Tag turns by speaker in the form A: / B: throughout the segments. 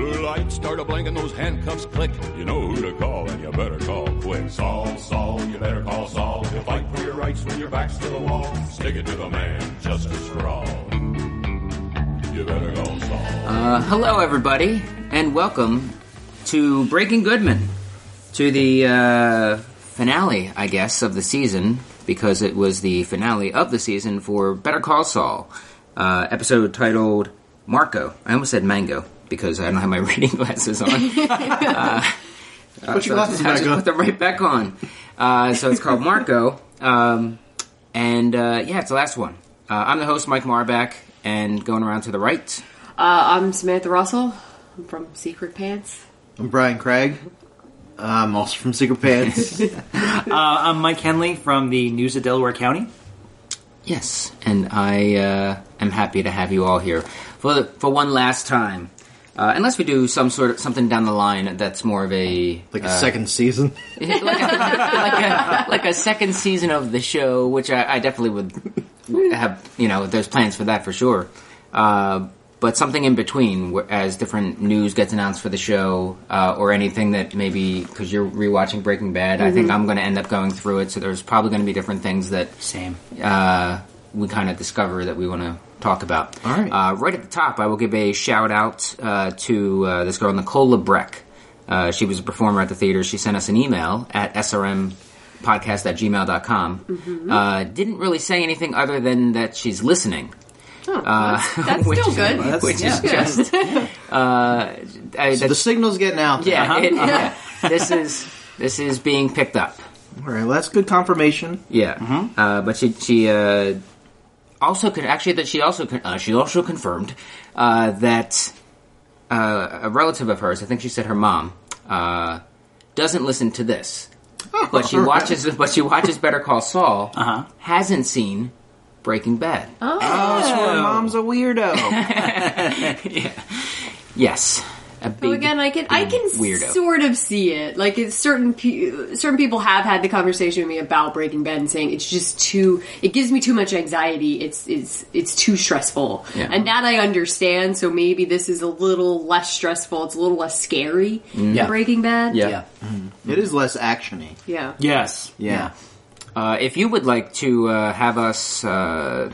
A: Lights start a blink and those handcuffs click. You know who to call and you better call quick. Saul, Saul, you better call Saul. He'll fight for your rights when your back's to the wall. Stick it to the man, justice for all. You better call Saul.
B: Uh, hello, everybody, and welcome to Breaking Goodman, to the uh, finale, I guess, of the season, because it was the finale of the season for Better Call Saul, uh, episode titled Marco. I almost said Mango because I don't have my reading glasses on.
C: Put your glasses
B: I
C: back
B: just
C: on.
B: put them right back on. Uh, so it's called Marco, um, and uh, yeah, it's the last one. Uh, I'm the host, Mike Marback, and going around to the right.
D: Uh, I'm Samantha Russell. I'm from Secret Pants.
C: I'm Brian Craig. I'm also from Secret Pants.
E: I'm Mike Henley from the News of Delaware County.
B: Yes, and I uh, am happy to have you all here for the, for one last time. Uh, unless we do some sort of something down the line that's more of a
C: like a second season.
B: like, a, like, a, like a second season of the show, which I, I definitely would have. You know, there's plans for that for sure. Uh, but something in between, where- as different news gets announced for the show, uh, or anything that maybe because you're rewatching Breaking Bad, I think I'm going to end up going through it. So there's probably going to be different things that
E: Same.
B: uh, we kind of discover that we want to talk about.
C: All right.
B: Uh, right at the top, I will give a shout out uh, to uh, this girl, Nicola Breck. Uh, she was a performer at the theater. She sent us an email at srmpodcast at gmail.com. Uh, didn't really say anything other than that she's listening.
D: Oh, that's, that's
B: which
D: still
B: is-
D: good.
C: That's-
B: which is
C: yeah.
B: just. Uh, I,
C: So the
B: that's-
C: signal's getting out.
B: yeah,
E: Uh-huh.
B: it- yeah. this is This is being picked up.
C: All right. Well, that's good confirmation.
B: Yeah, uh, but she she uh, also con- actually that she also con- uh, she also confirmed uh, that uh, a relative of hers, I think she said her mom, uh, doesn't listen to this, but she watches but she watches Better Call Saul.
E: Uh-huh.
B: Hasn't seen Breaking Bad.
C: Oh, so her mom's a weirdo.
B: Yes, a
D: So
B: big,
D: again, I can I can
B: weirdo.
D: sort of see it. Like it's certain pe- certain people have had the conversation with me about Breaking Bad and saying it's just too it gives me too much anxiety. It's it's it's too stressful,
B: Yeah.
D: and that I understand. So maybe this is a little less stressful. It's a little less scary than
E: Yeah.
D: Breaking Bad.
B: Mm. yeah.
C: it is less actiony.
D: yeah.
E: Yes.
C: Yeah.
B: Uh, if you would like to uh, have us uh,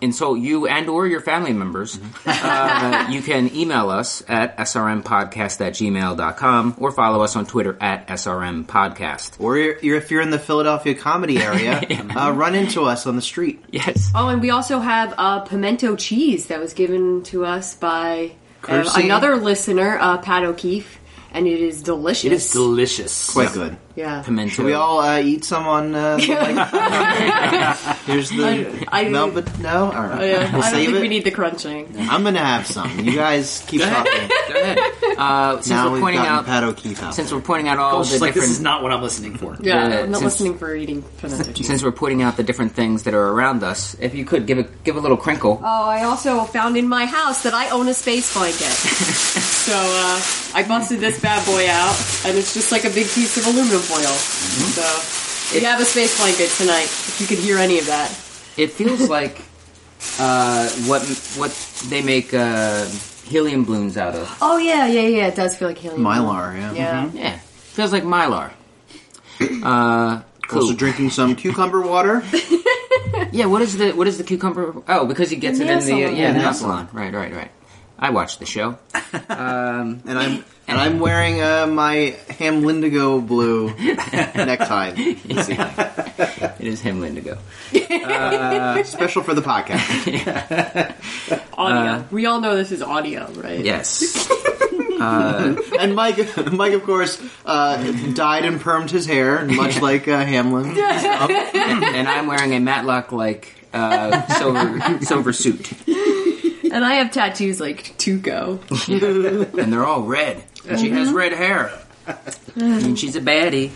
B: insult you and or your family members, uh, you can email us at srmpodcast at gmail.com or follow us on Twitter at srmpodcast.
C: Or you're, you're, if you're in the Philadelphia comedy area, uh, run into us on the street.
B: Yes.
D: Oh, and we also have uh, pimento cheese that was given to us by uh,
C: Cursing.
D: another listener, uh, Pat O'Keefe, and it is delicious.
E: It is delicious.
C: Quite good.
D: yeah.
B: Pimento.
C: Should we all uh, eat some on? Uh, the, like- here's the.
D: I- I-
C: no, but no. All right.
D: Oh, Yeah,
C: We'll
D: I don't
C: save
D: think
C: it.
D: we need the crunching.
C: I'm gonna have some. You guys keep talking.
B: Go ahead. Uh, since
C: now
B: we're
C: we've
B: pointing
C: gotten
B: out,
C: Pat O'Keefe out.
B: since we're pointing out all
E: It's
B: the
E: just like
B: different,
E: this is not what I'm listening for.
D: Yeah,
B: Yeah,
D: I'm not
B: since-
D: listening for eating pimento cheese.
B: since we're pointing out the different things that are around us, if you could give a give a little crinkle.
D: Oh, I also found in my house that I own a space blanket. so uh, I busted this bad boy out, and it's just like a big piece of aluminum foil. So we
B: It-
D: have a space blanket tonight. If you could hear any of that,
B: It feels like uh, what what they make uh, helium balloons out of.
D: oh yeah, yeah, yeah, it does feel like helium.
C: Mylar. Yeah.
D: Yeah.
B: Yeah, feels like Mylar. Uh, cool.
C: Also drinking some cucumber water.
B: yeah, what is the what is the cucumber? Oh, because he gets
D: The
B: it in
D: nail
B: the
D: salon.
B: yeah
C: The
B: nail
C: nail
B: salon. Right, right, right. I watched the show.
C: and I'm and I'm wearing uh, my Ham Lindigo blue necktie this evening,
B: It is him, Lindigo.
C: special for the podcast.
D: Audio.
C: Uh,
D: we all know this is audio, right?
B: Yes,
C: And Mike, Mike, of course, uh, dyed and permed his hair, much like uh, Hamlin.
B: and I'm wearing a Matlock like uh, silver silver suit,
D: And I have tattoos like Tuco.
B: and they're all red. And she has red hair, and she's a baddie.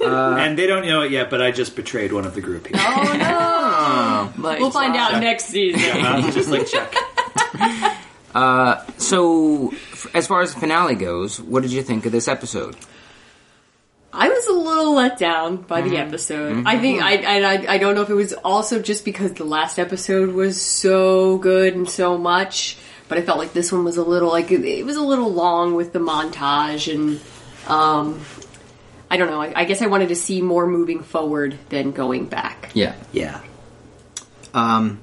E: and they don't know it yet, but I just betrayed one of the group here.
D: Oh no!
B: But-
D: we'll find out next season.
E: Uh, just like check.
B: So, f- as far as the finale goes, what did you think of this episode?
D: I was a little let down by the episode. I think I, and I I don't know if it was also just because the last episode was so good and so much, but I felt like this one was a little like it, it was a little long with the montage and um, I don't know. I, I guess I wanted to see more moving forward than going back.
B: Yeah.
E: Yeah.
C: Um,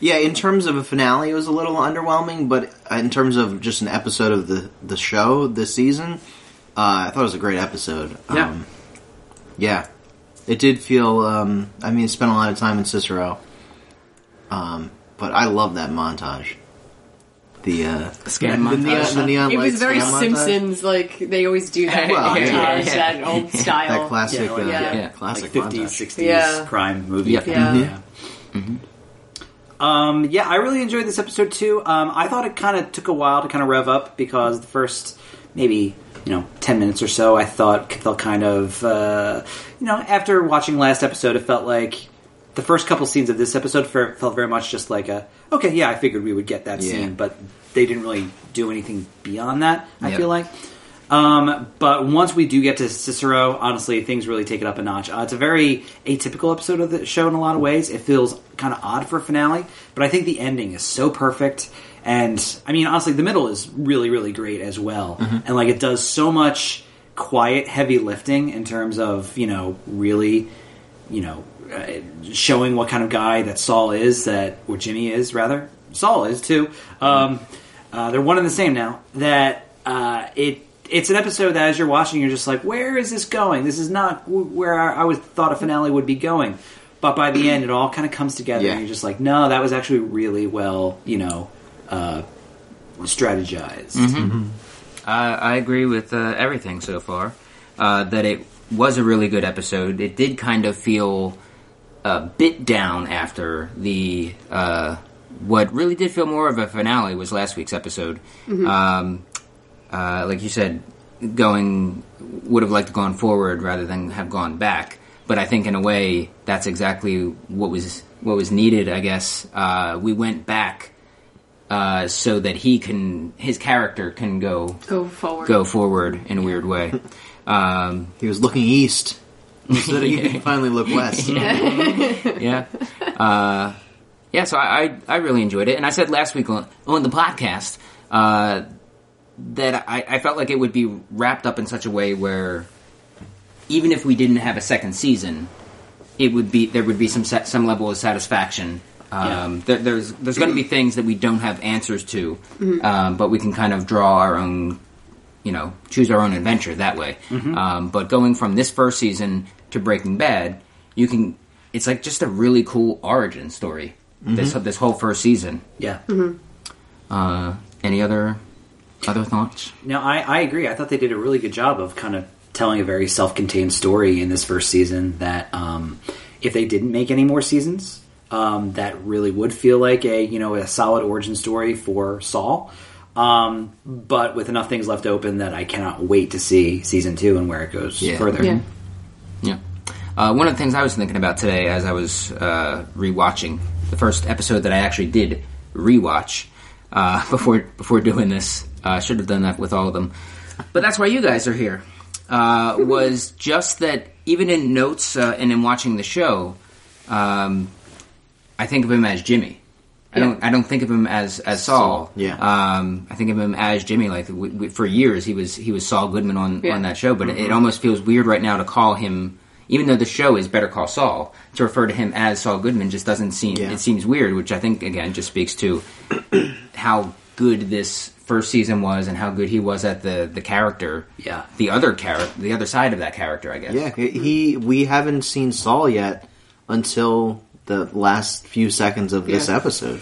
C: yeah, in terms of a finale, it was a little underwhelming, but in terms of just an episode of the the show this season, uh, I thought it was a great episode.
E: Yeah.
C: Um, yeah, it did feel. Um, I mean, it spent a lot of time in Cicero, um, but I love that montage. The uh,
B: Scan
C: the,
B: montage.
C: neon, the neon
D: It was
C: lights
D: very
C: scan montage.
D: Simpsons, like they always do that
C: Well,
D: montage,
C: yeah,
B: yeah.
D: that old style.
C: That classic,
E: Yeah, like-
C: uh,
D: Yeah.
B: Yeah.
C: classic
E: like 50s,
C: montage.
E: 60s
D: Yeah.
E: crime movie.
B: Yeah.
D: Yeah. Mhm.
E: Um, yeah, I really enjoyed this episode too. Um, I thought it kind of took a while to kind of rev up because the first maybe you know ten minutes or so, I thought felt kind of uh, you know after watching last episode, it felt like the first couple scenes of this episode fe- felt very much just like a okay, yeah, I figured we would get that
C: Yeah.
E: scene, but they didn't really do anything beyond that. I
B: Yeah.
E: feel like. Um, but once we do get to Cicero, honestly, things really take it up a notch. Uh, it's a very atypical episode of the show in a lot of ways. It feels kind of odd for a finale, but I think the ending is so perfect. And I mean, honestly, the middle is really, really great as well. And like, it does so much quiet, heavy lifting in terms of you know really, you know, uh, showing what kind of guy that Saul is, that or Jimmy is rather. Saul is too. Um, uh, they're one and the same now. That uh, it it's an episode that as you're watching, you're just like, where is this going? This is not w- where I, I was thought a finale would be going. But by the end, it all kind of comes together,
C: Yeah.
E: and you're just like, no, that was actually really well, you know, uh, strategized.
B: I, I agree with uh, everything so far. Uh, that it was a really good episode. It did kind of feel a bit down after the uh, what really did feel more of a finale was last week's episode. Um, uh, like you said, going would have liked to gone forward rather than have gone back. But I think in a way that's exactly what was what was needed. I guess uh, we went back uh, so that he can his character can go
D: Go forward.
B: go forward in a weird way. Um,
C: He was looking east. So he could finally look west.
B: yeah, uh, yeah. So I, I I really enjoyed it, and I said last week on, on the podcast uh, that I, I felt like it would be wrapped up in such a way where even if we didn't have a second season, it would be there would be some sa- some level of satisfaction. Um, there, there's there's going to be things that we don't have answers to, um, but we can kind of draw our own, you know, choose our own adventure that way. Um, but going from this first season to Breaking Bad, you can it's like just a really cool origin story. This this whole first season.
E: Yeah.
B: Uh, any other other thoughts?
E: No, I, I agree. I thought they did a really good job of kind of telling a very self contained story in this first season that um, if they didn't make any more seasons, um, that really would feel like a you know a solid origin story for Saul. Um, but with enough things left open that I cannot wait to see season two and where it goes
B: Yeah.
E: further.
D: Yeah.
B: Mm-hmm. Yeah. Uh, one of the things I was thinking about today as I was uh, rewatching the first episode that I actually did rewatch uh, before before doing this, uh, should have done that with all of them. But that's why you guys are here. Uh, was just that even in notes uh, and in watching the show, um, I think of him as Jimmy. I don't. I don't think of him as as Saul.
C: Yeah.
B: Um, I think of him as Jimmy. Like w w for years, he was he was Saul Goodman on
D: Yeah.
B: on that show. But it almost feels weird right now to call him, even though the show is Better Call Saul, to refer to him as Saul Goodman just doesn't seem.
C: Yeah.
B: It seems weird, which I think again just speaks to how good this first season was and how good he was at the the character.
E: Yeah.
B: The other character, the other side of that character, I guess.
C: Yeah, he. We haven't seen Saul yet until the last few seconds of this
D: Yeah.
C: episode.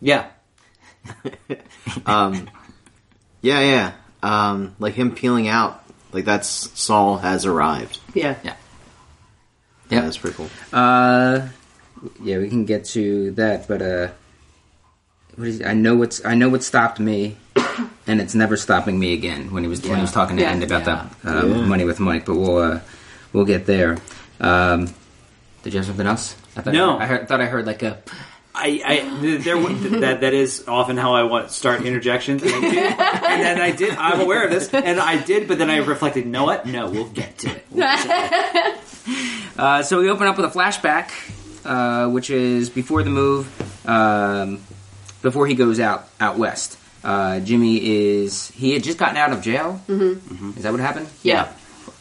E: Yeah.
C: Yeah, yeah. Um, like him peeling out. Like that's Saul has arrived.
D: Yeah.
B: Yeah.
C: Yeah,
B: Yeah.
C: that's pretty cool.
B: Uh, yeah, we can get to that, but uh, what is I know what's I know what stopped me, and it's never stopping me again. When he was when he was talking to
D: Yeah.
B: End about
E: Yeah.
B: that um,
C: Yeah.
B: money with Mike, but we'll uh, we'll get there. Um, did you have something else? I thought
E: No.
B: I heard, thought I heard like a.
E: I, I th- there w- th- that that is often how I want start interjections, and, I did, and then I did. I'm aware of this, and I did, but then I reflected. You know what? No, we'll get to it.
B: Uh, so we open up with a flashback, uh, which is before the move. Um, before he goes out out west. Uh, Jimmy is he had just gotten out of jail. Mm-hmm. Is that what happened?
D: Yeah.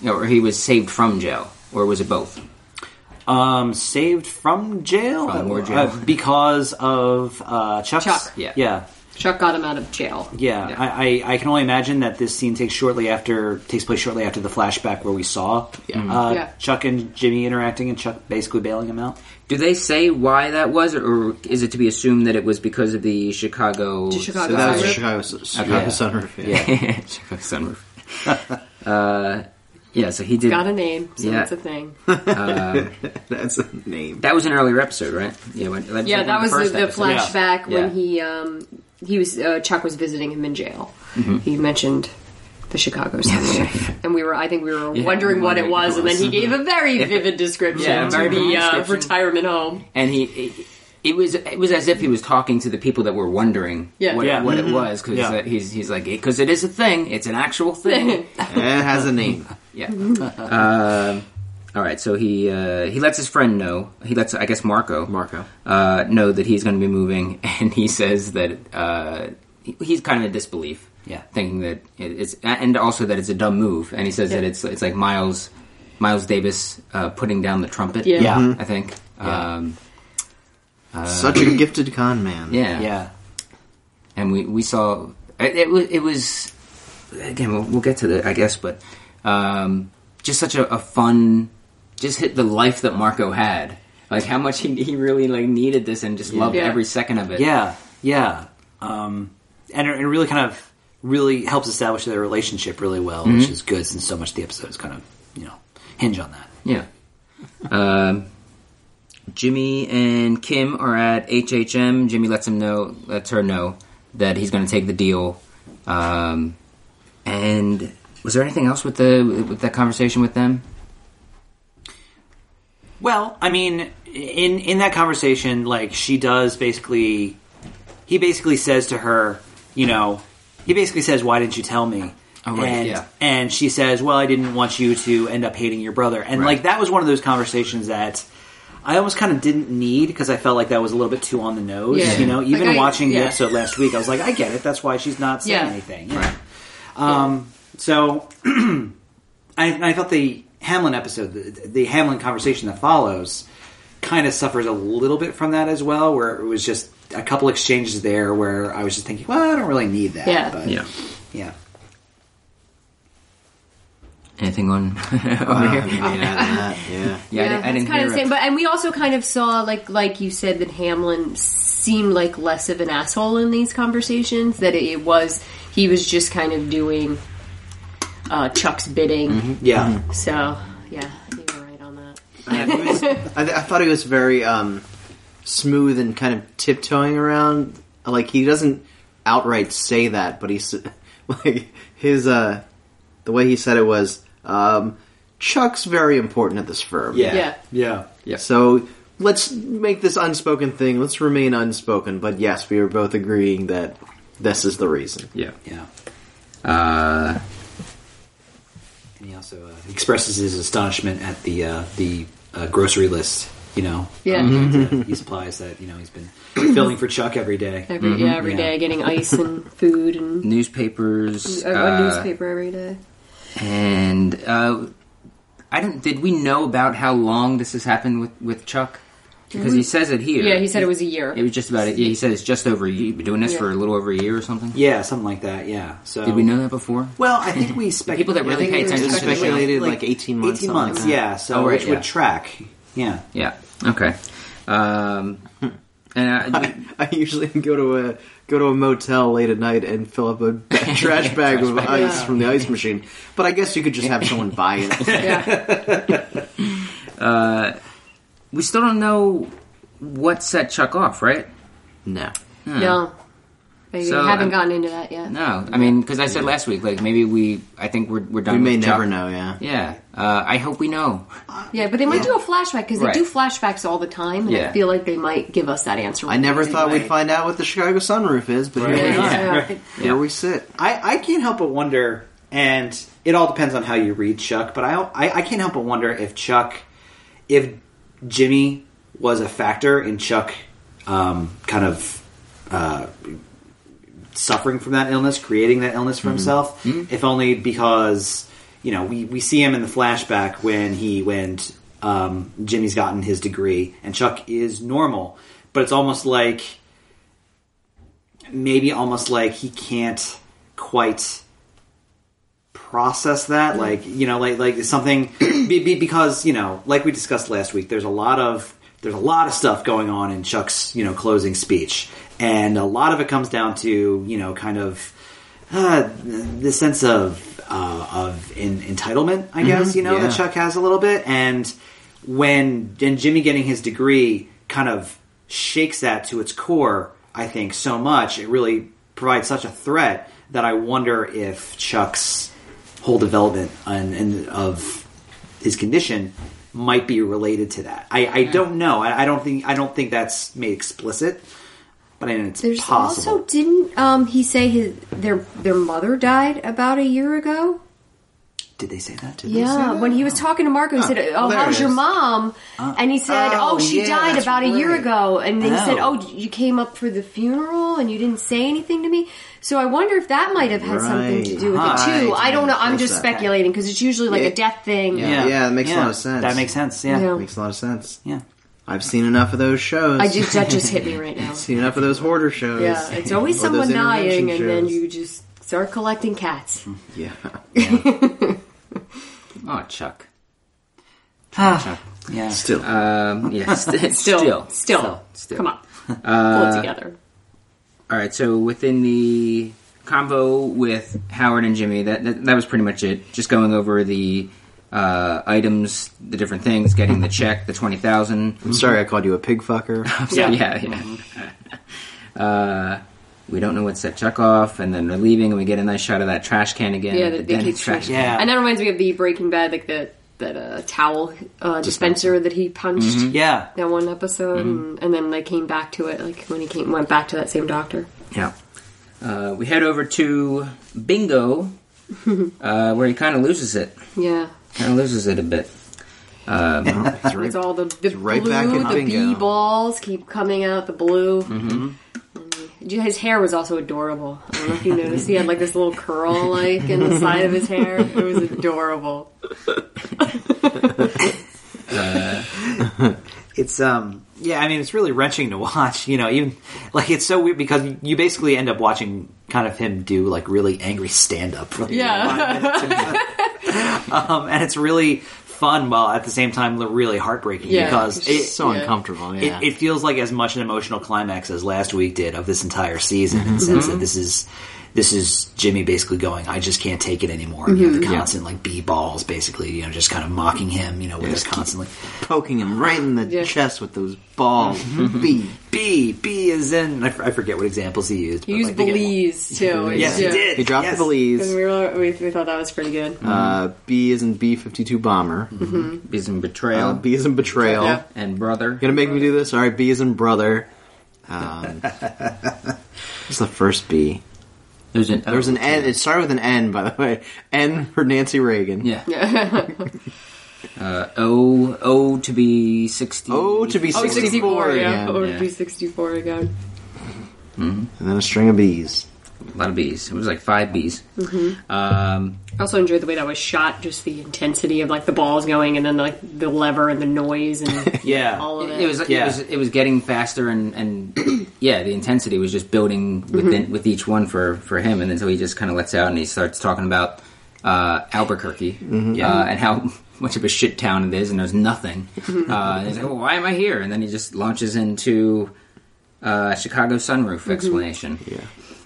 B: Yeah, or he was saved from jail, or was it both?
E: Um, saved from jail,
B: From more
E: Uh,
B: jail.
E: because of uh, Chuck's.
D: Chuck.
B: Yeah.
E: yeah,
D: Chuck got him out of jail.
E: yeah.
B: Yeah.
E: I, I, I can only imagine that this scene takes shortly after takes place shortly after the flashback where we saw Uh,
D: Yeah.
E: Chuck and Jimmy interacting and Chuck basically bailing him out.
B: Do they say why that was, or is it to be assumed that it was because of the Chicago?
D: To Chicago.
C: So that
B: Uh,
C: was
D: Yeah.
C: Chicago, Chicago
E: Yeah.
C: Sunroof. Yeah.
B: Chicago sunroof. uh, yeah, so he did.
D: Got a name, so
B: Yeah.
D: that's a thing.
C: That's a name.
B: That was an earlier episode, right? Yeah, when, that
D: Yeah, that was
B: first
D: the, the
B: episode.
D: flashback
B: Yeah.
D: when he um, he was uh, Chuck was visiting him in jail.
B: Mm-hmm.
D: He mentioned the Chicago Sunroof, and we were I think we were
B: Yeah,
D: wondering
B: we
D: what it
B: wondered
D: was,
B: what
D: and
B: it
D: then he
B: was.
D: gave a very vivid description
B: Yeah, a
D: of
B: very
D: the
B: vivid
D: uh,
B: description.
D: retirement home.
B: and he. It, it was it was as if he was talking to the people that were wondering
D: Yeah.
B: what,
E: Yeah. Mm-hmm.
B: what it was because
E: Yeah.
B: he's he's like because it is a thing it's an actual thing
C: And it has a name.
B: yeah um, all right so he uh, he lets his friend know he lets I guess Marco
C: Marco.
B: uh, know that he's going to be moving, and he says that uh, he- he's kind of in disbelief,
E: Yeah.
B: thinking that it- it's and also that it's a dumb move, and he says that it's it's like Miles Miles Davis uh, putting down the trumpet,
D: Yeah. Yeah.
B: I think,
E: Yeah.
B: Um,
C: Such a gifted con man.
B: Uh, yeah,
E: Yeah, yeah.
B: and we we saw it, it was it was again we'll, we'll get to that I guess, but um, just such a, a fun, just hit the life that Marco had. Like how much he, he really like needed this and just loved
D: Yeah.
B: every second of it.
E: Yeah, yeah. Um, and it it really kind of really helps establish their relationship really well,
B: Mm-hmm.
E: which is good since so much of the episodes kind of you know hinge on that.
B: Yeah. Um, Jimmy and Kim are at HHM. Jimmy lets him know, lets her know that he's going to take the deal. Um, and was there anything else with the with that conversation with them?
E: Well, I mean, in in that conversation, like she does basically, he basically says to her, you know, he basically says, "Why didn't you tell me?"
B: Oh, right,
E: and,
B: yeah.
E: and she says, "Well, I didn't want you to end up hating your brother." And
B: Right.
E: like that was one of those conversations that I almost kind of didn't need because I felt like that was a little bit too on the nose.
D: Yeah.
E: You know,
D: Like,
E: even
D: I-
E: watching
D: yeah.
E: the episode last week, I was like, "I get it. That's why she's not saying
D: Yeah.
E: anything." Right. Um, So I, I thought the Hamlin episode, the, the Hamlin conversation that follows, kind of suffers a little bit from that as well, where it was just a couple exchanges there where I was just thinking, well, I don't really need that.
D: Yeah.
E: But, yeah.
B: Anything on
C: I
B: over
C: don't
B: here?
C: have a name out of Uh, that. Yeah.
B: Yeah, I, di- I
D: that's
B: didn't
D: kind
B: hear.
D: of the
B: it.
D: same. But and we also kind of saw like like you said that Hamlin seemed like less of an asshole in these conversations. That it was he was just kind of doing uh, Chuck's bidding.
B: Mm-hmm.
E: Yeah.
D: Mm-hmm. So yeah, you were right on that.
C: I, was- I, th- I thought he was very um, smooth and kind of tiptoeing around. Like he doesn't outright say that, but he's like his uh, the way he said it was um, Chuck's very important at this firm.
D: Yeah.
E: Yeah.
B: Yeah.
C: So let's make this unspoken thing. Let's remain unspoken. But yes, we are both agreeing that this is the reason.
B: yeah.
E: Yeah. Uh, and he also uh, expresses his astonishment at the uh, the uh, grocery list. You know,
D: Yeah.
E: uh, he supplies that you know he's been filling for Chuck every day.
B: Mm-hmm.
D: Every yeah, every
E: Yeah.
D: day getting ice and food and
B: Newspapers.
D: a, a
B: uh,
D: newspaper every day.
B: And uh, I don't. Did we know about how long this has happened with with Chuck? Because he says it here.
D: Mm-hmm. Yeah, he said it was a year.
B: It was just about it. Yeah, he said it's just over a year. You've been doing this
D: Yeah.
B: for a little over a year or something.
E: Yeah, something like that. Yeah. So
B: Did we know that before?
E: Well, I think we spec-
B: people that really
E: I think
B: pay
E: we were
B: attention to the show.
C: Speculated, like, 18 months, something
E: 18
C: like
E: months,
C: that.
E: yeah. So
B: Oh, right,
E: which
B: yeah.
E: would track. Yeah.
B: Yeah. Okay. Um, and uh, I,
C: I usually go to a go to a motel late at night and fill up a ba- trash bag of ice from the ice machine. But I guess you could just have someone buy it.
D: Yeah,
B: we still don't know what set Chuck off, right?
C: no.
D: no, they
B: So,
D: haven't
B: um,
D: gotten into that yet.
B: No. I mean, because I said last week, like maybe we. I think we're we're done.
C: We may
B: with Chuck.
C: never know, yeah.
B: Yeah. Uh, I hope we know.
D: Yeah, but they might do a flashback because
B: Right.
D: they do flashbacks all the time, and
B: Yeah.
D: I feel like they might give us that answer.
C: I never thought
E: Right.
C: we'd find out what the Chicago sunroof is, but here, we,
D: Yeah.
C: here we sit.
E: I, I can't help but wonder, and it all depends on how you read Chuck, but I, I, I can't help but wonder if Chuck, if Jimmy was a factor in Chuck um, kind of suffering from that illness, creating that illness for himself, if only because you know we, we see him in the flashback when he went um, Jimmy's gotten his degree and Chuck is normal, but it's almost like maybe almost like he can't quite process that like you know like like something be, be, because you know like we discussed last week there's a lot of there's a lot of stuff going on in Chuck's you know closing speech and a lot of it comes down to you know kind of uh, the sense of uh, of en- entitlement I guess you know
C: Yeah.
E: that Chuck has a little bit and when and Jimmy getting his degree kind of shakes that to its core I think so much it really provides such a threat that I wonder if Chuck's whole development and, and of his condition might be related to that. I, I don't know. I, I don't think I don't think that's made explicit, but I mean, it's
D: There's
E: possible.
D: also didn't um, he say his their their mother died about a year ago?
E: Did they say that? Did they say
D: Yeah,
E: that?
D: when he was talking to Marco, he said, "Oh,
C: well, Ah, there
D: how's
C: it
D: your
C: is.
D: mom?" and he said, "Oh,
C: Oh,
D: she
C: yeah,
D: died
C: that's
D: about a year
C: right.
D: ago." And then he said,
E: Oh.
D: "Oh, you came up for the funeral and you didn't say anything to me." So I wonder if that might have had something to do with
E: Right.
D: it too. I don't know. I'm
C: Right.
D: just
C: Okay.
D: speculating because it's usually like
C: Yeah.
D: a death thing.
C: Yeah. that makes a lot of sense.
E: That makes sense. Yeah,
D: Yeah.
E: yeah.
C: Makes a lot of sense. I've seen enough of those shows.
D: I just that just hit me right now.
C: seen enough of those hoarder shows.
D: Yeah, it's always
C: Or
D: someone
C: those intervention
D: dying, and then
C: shows.
D: you just start collecting cats.
C: Yeah.
B: Oh, Chuck.
E: Ah, yeah.
C: Still.
B: Um, yeah, st- still,
D: still,
B: still.
D: come on, pull it together.
B: All right, so within the convo with Howard and Jimmy, that that, that was pretty much it. Just going over the uh, items, the different things, getting the check, the twenty thousand.
C: I'm sorry I called you a pig fucker.
B: Yeah, yeah. uh, we don't know what set Chuck off, and then they're leaving, and we get a nice shot of that trash can again.
D: Yeah,
B: the
D: that they
B: dented
D: keep
B: trash.
D: trash.
B: can.
E: Yeah.
D: And that reminds me of the Breaking Bad, like the that uh, towel uh, dispenser that he punched
E: Yeah.
D: that one episode, and, and then they came back to it, like when he came went back to that same doctor.
B: Yeah. Uh, we head over to Bingo, uh, where he kind of loses it.
D: Yeah,
B: Kind of loses it a bit.
C: That's right.
D: it's all the the
C: right
D: blue,
C: back at
D: the
C: Bingo.
D: bee balls keep coming out the blue. Mm, His hair was also adorable. I don't know if you noticed, he had like this little curl like in the side of his hair. It was adorable.
E: it's um yeah i mean it's really wrenching to watch you know even like it's so weird because you basically end up watching kind of him do like really angry stand up for like
D: Yeah.
E: five minutes into it. um and it's really fun while at the same time really heartbreaking
D: Yeah.
E: because it,
C: so
D: Yeah.
C: uncomfortable.
E: it,
C: Yeah.
E: it feels like as much an emotional climax as last week did of this entire season in the sense
D: Mm-hmm.
E: that this is this is Jimmy basically going, I just can't take it anymore. You
D: Mm-hmm.
E: know, the constant like b balls, basically, you know, just kind of mocking him. You know, with they're constantly
C: Poking him right in the
D: Yeah.
C: chest with those balls. Bee.
E: B. B is in. I, f- I forget what examples he used.
D: He
E: but,
D: used
E: like, they get-
D: Belize too.
E: Yes,
D: Yeah.
E: he did.
C: He dropped
E: yes.
C: the
D: And
C: Belize.
D: we, were, we, we thought that was pretty good.
C: Uh, B is in B fifty two bomber.
B: He's in betrayal
C: Uh, B is in betrayal.
D: Yeah.
B: and brother.
C: Gonna make me do this. All right. B is in brother. Um, it's the first B.
B: There's an
C: There was an N. It started with an N, by the way. N for Nancy Reagan.
B: Yeah. uh, o O to be sixty.
C: O to be
D: Oh,
C: 64,
D: 64, yeah.
C: again.
D: Or
B: yeah.
D: be 64 again.
C: And then a string of B's.
B: a lot of bees. It was like five bees. Um,
D: I also enjoyed the way that was shot, just the intensity of like the balls going and then like the lever and the noise and
E: Yeah.
D: all of it.
B: it was it
E: Yeah.
B: was it was getting faster and and yeah, the intensity was just building
D: Mm-hmm.
B: within with each one for for him, and then so he just kind of lets out and he starts talking about uh, Albuquerque uh, and how. Much of a shit town it is, and there's nothing.
D: Mm-hmm.
B: Uh, and he's like, well, "Why am I here?" And then he just launches into uh, Chicago
D: Mm-hmm.
B: sunroof explanation.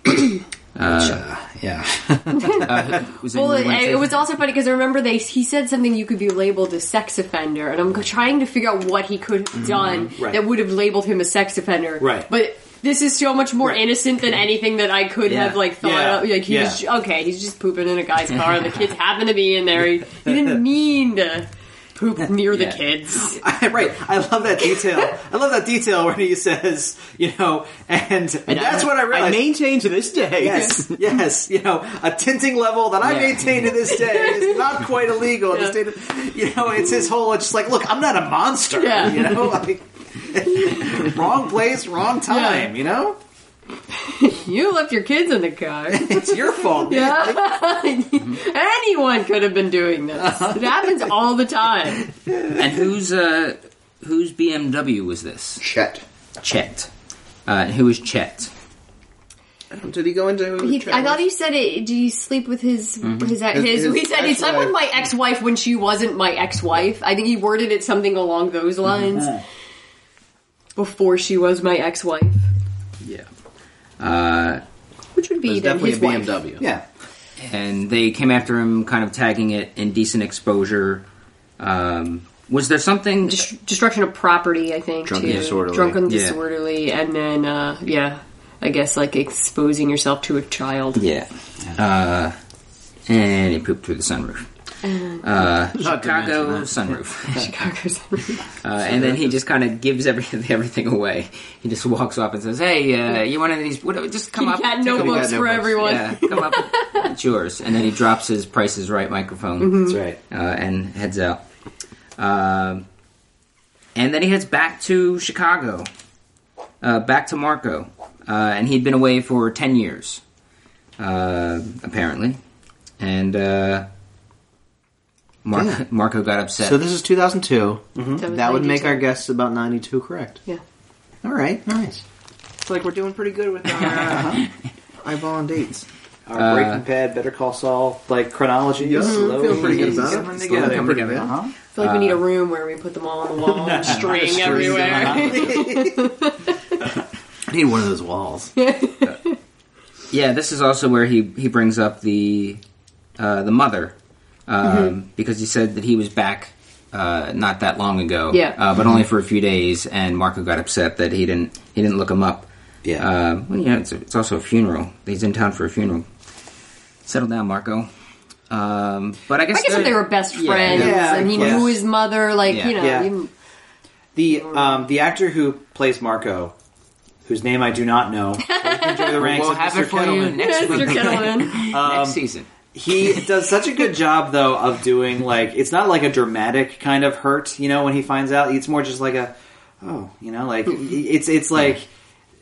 B: Uh, Yeah,
E: Yeah.
B: Uh, was
D: well,
B: anyone
D: it,
B: went to-
D: it was also funny because I remember they he said something you could be labeled a sex offender, and I'm trying to figure out what he could have done
E: Mm-hmm. Right.
D: that would have labeled him a sex offender.
E: Right.
D: But this is so much more
E: Right.
D: innocent than anything that I could
B: Yeah.
D: have like thought
E: Yeah.
D: of. Like he
E: Yeah.
D: was okay, he's just pooping in a guy's car, and the kids happen to be in there. He, he didn't mean to poop near
B: Yeah.
D: the kids.
E: right. I love that detail. I love that detail when he says, you know, and, and that's what I realized.
C: I maintain to this day.
E: yes, yes. You know, a tinting level that I
B: Yeah.
E: maintain to this day is not quite illegal in the
D: Yeah.
E: state of, you know, it's his whole, it's just like, look, I'm not a monster.
D: Yeah.
E: You know, like, wrong place, wrong time, you know?
D: You left your kids in the car.
E: It's your fault. man.
D: Anyone could have been doing this.
E: Uh-huh.
D: It happens all the time.
B: And whose uh, whose BMW was this?
C: Chet.
B: Chet. Uh, who was Chet?
C: Did he go into? who
D: He,
C: Chet
D: I thought
C: was?
D: he said, it, "Did you sleep with his his, his,
C: His- his
D: He said he slept with my ex-wife when she wasn't my ex-wife. I think he worded it something along those lines. Before she was my ex-wife,
B: Yeah. Uh,
D: which would
C: It
D: be
C: was
D: then
C: definitely
D: his
C: a
D: wife.
C: BMW. Yeah.
B: and they came after him, kind of tagging it indecent exposure. Um, was there something?
D: Dest- destruction of property, I think.
C: Drunken
D: too.
C: disorderly.
D: Drunken
B: Yeah.
D: disorderly, and then uh, yeah, I guess like exposing yourself to a child.
B: yeah. Uh, and he pooped through the sunroof. Uh,
C: Not to
B: Chicago
C: mention
B: sunroof.
D: Chicago's
B: Uh, and then he just kind of gives everything, everything away. He just walks up and says, "Hey, uh, you want any of these? What, just come
D: He
B: up.
D: got
B: take a
D: notebooks
B: look."
C: got
D: for
C: notebooks.
D: everyone.
B: Yeah, come up. it's yours." And then he drops his Price is Right microphone
C: That's right.
B: uh, and heads out. Um, and then he heads back to Chicago, uh, back to Marco, uh, and he'd been away for ten years, uh, apparently. And uh, Mar-
C: Yeah.
B: Marco got upset.
C: So this is 2002.
D: That,
C: That would make our guess about 92 correct.
D: Yeah.
C: All right, nice. It's like we're doing pretty good with our uh, eyeball and dates.
E: Our Breaking Bad, Better Call Saul, like chronology.
C: Uh, Yeah,
E: is
C: I'm
E: slowly
C: feeling pretty good about it.
E: coming
C: Slowly
E: together.
B: coming together.
E: Uh-huh.
D: I feel like we need a room where we put them all on the wall and string everywhere.
C: I need one of those walls.
B: Yeah, this is also where he he brings up the uh, the mother um, because he said that he was back uh, not that long ago,
D: Yeah.
B: uh, but only for a few days, and Marco got upset that he didn't he didn't look him up.
C: Yeah.
B: uh, well, yeah, it's, it's also a funeral. He's in town for a funeral. Settle down, Marco. Um, but I guess
D: I guess if they were best
B: Yeah.
D: friends
E: Yeah,
D: and he
E: I
D: knew
E: guess.
D: his mother, like
B: Yeah.
D: you know,
E: Yeah.
D: you-
E: The um, the actor who plays Marco, whose name I do not know, enjoy the ranks
B: We'll
E: of
B: have
E: Mr.
B: it for you
E: Kettleman.
B: next Um,
D: Mr.
B: week.
D: Kettleman.
B: next season.
E: he does such a good job though of doing like it's not like a dramatic kind of hurt you know when he finds out it's more just like a oh you know like it's it's like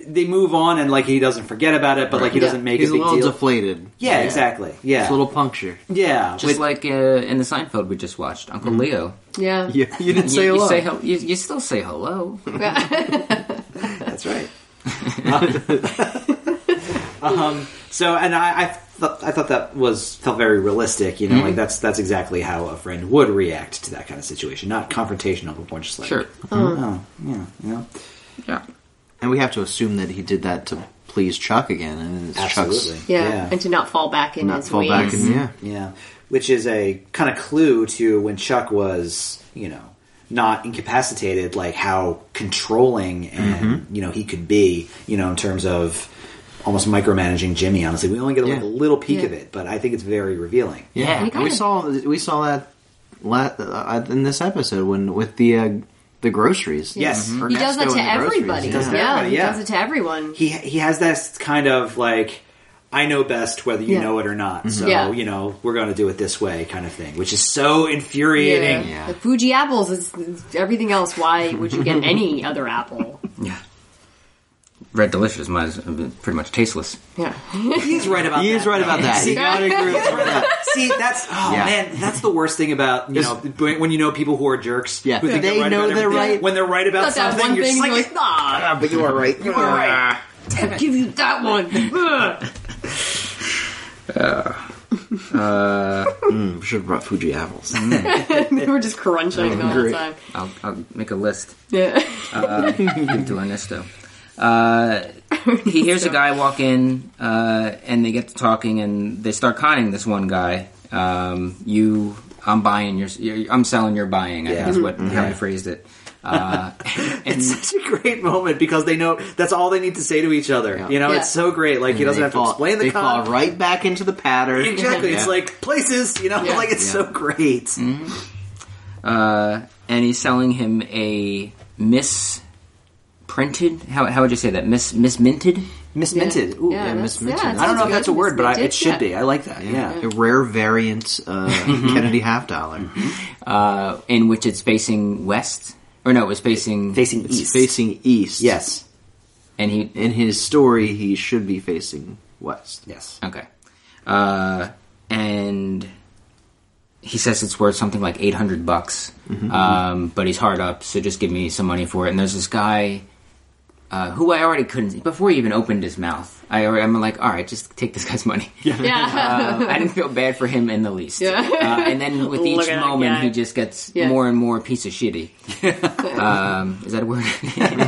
E: they move on and like he doesn't forget about it but like he
D: Yeah.
E: doesn't make
C: He's
E: a
C: a
E: big
C: little
E: deal
C: deflated.
E: yeah, exactly yeah
C: It's a little puncture.
E: yeah
B: Just
E: with-
B: like uh, in the Seinfeld we just watched, Uncle Leo.
D: yeah.
C: You, you didn't
B: You-
C: say
B: you,
C: a lot.
B: say hel- you, you still say hello.
E: that's right um so and i i thought i thought that was felt very realistic you know like that's that's exactly how a friend would react to that kind of situation not confrontational but more just like
B: Sure.
E: oh yeah you know
B: Yeah.
C: and we have to assume that he did that to please Chuck again, and it's
E: Absolutely.
C: Chuck's
D: Yeah.
E: Yeah.
D: and to not fall back in
C: not
D: his
C: fall
D: ways.
C: back and yeah.
E: Yeah, which is a kind of clue to when Chuck was, you know, not incapacitated, like how controlling and you know he could be, you know, in terms of almost micromanaging Jimmy. Honestly, we only get like
C: Yeah.
E: a little peek
D: Yeah.
E: of it, but I think it's very revealing.
B: Yeah.
C: And we saw we saw that la- uh, in this episode when with the uh, the groceries.
E: Yes. Mhm.
D: He does that
C: Ernesto
D: to
C: and the groceries,
D: everybody.
C: yeah.
E: does it to
D: yeah,
E: everybody,
D: he
E: yeah.
D: does it to everyone.
E: He he has this kind of like. I know best whether you
D: Yeah.
E: know it or not. So,
D: Yeah.
E: you know, we're going to do it this way kind of thing, which is so infuriating.
C: Yeah.
D: Like Fuji apples is is everything else. Why would you get any other apple?
B: Yeah. Red Delicious might as uh, pretty much tasteless.
D: Yeah.
E: He's right about
C: He
E: that.
C: is right about that.
E: See,
C: You gotta agree with him on that.
E: See, that's oh
C: Yeah.
E: man, that's the worst thing about you know when when you know people who are jerks.
C: Yeah.
E: who think
C: They
E: right
C: know
E: about
C: they're
E: everything.
C: right.
E: when they're right about
D: Not that
E: something.
D: one
E: You're
D: thing.
E: just
D: You're
E: like,
D: like, ah,
C: but you are right. You are right.
D: I'll give you that one. Ugh.
C: We should have brought Fuji apples.
D: they were just crunching the whole
C: Great.
D: time.
B: I'll, I'll make a list.
D: Yeah.
B: Give it to Ernesto. Uh, he hears a guy walk in, uh, and they get to talking, and they start conning this one guy. Um, you, I'm buying your, you're, I'm selling, you're buying. I
E: Yeah.
B: think is what how I phrased it. Uh, and
E: it's such a great moment because they know that's all they need to say to each other. You know,
D: Yeah.
E: it's so great. Like he doesn't
C: They
E: have
C: fall-
E: to explain the
C: They fall
E: con.
C: right back into the pattern.
E: Exactly. It's
C: Yeah.
E: like places. You know,
D: Yeah.
E: like it's
C: Yeah.
E: so great.
B: uh, and he's selling him a misprinted. How how would you say that? Mis misminted.
E: Misminted. Ooh,
D: Yeah,
E: yeah,
D: that's-
E: misminted.
D: yeah, it
E: I don't know
D: sounds
E: if that's a
D: good.
E: word, but I,
D: Misminted,
E: it should
D: yeah.
E: be. I like that. Yeah.
C: a rare variant uh, Kennedy half dollar.
B: uh, in which it's facing west, or no, it was facing
E: Facing
C: It's
E: east.
C: facing east.
E: yes.
B: and he
C: In his story, he should be facing west.
E: Yes.
B: Okay. Uh, and he says it's worth something like 800 bucks,
D: Mm-hmm.
B: um, but he's hard up, so just give me some money for it. And there's this guy uh, who I already couldn't, before he even opened his mouth, I already, I'm like, all right, just take this guy's money.
D: Yeah.
B: Uh, I didn't feel bad for him in the least.
D: Yeah.
B: Uh, and then with
D: Look
B: each
D: at that
B: moment,
D: guy.
B: he just gets
D: Yeah.
B: more and more piece of shitty. um, is that a word?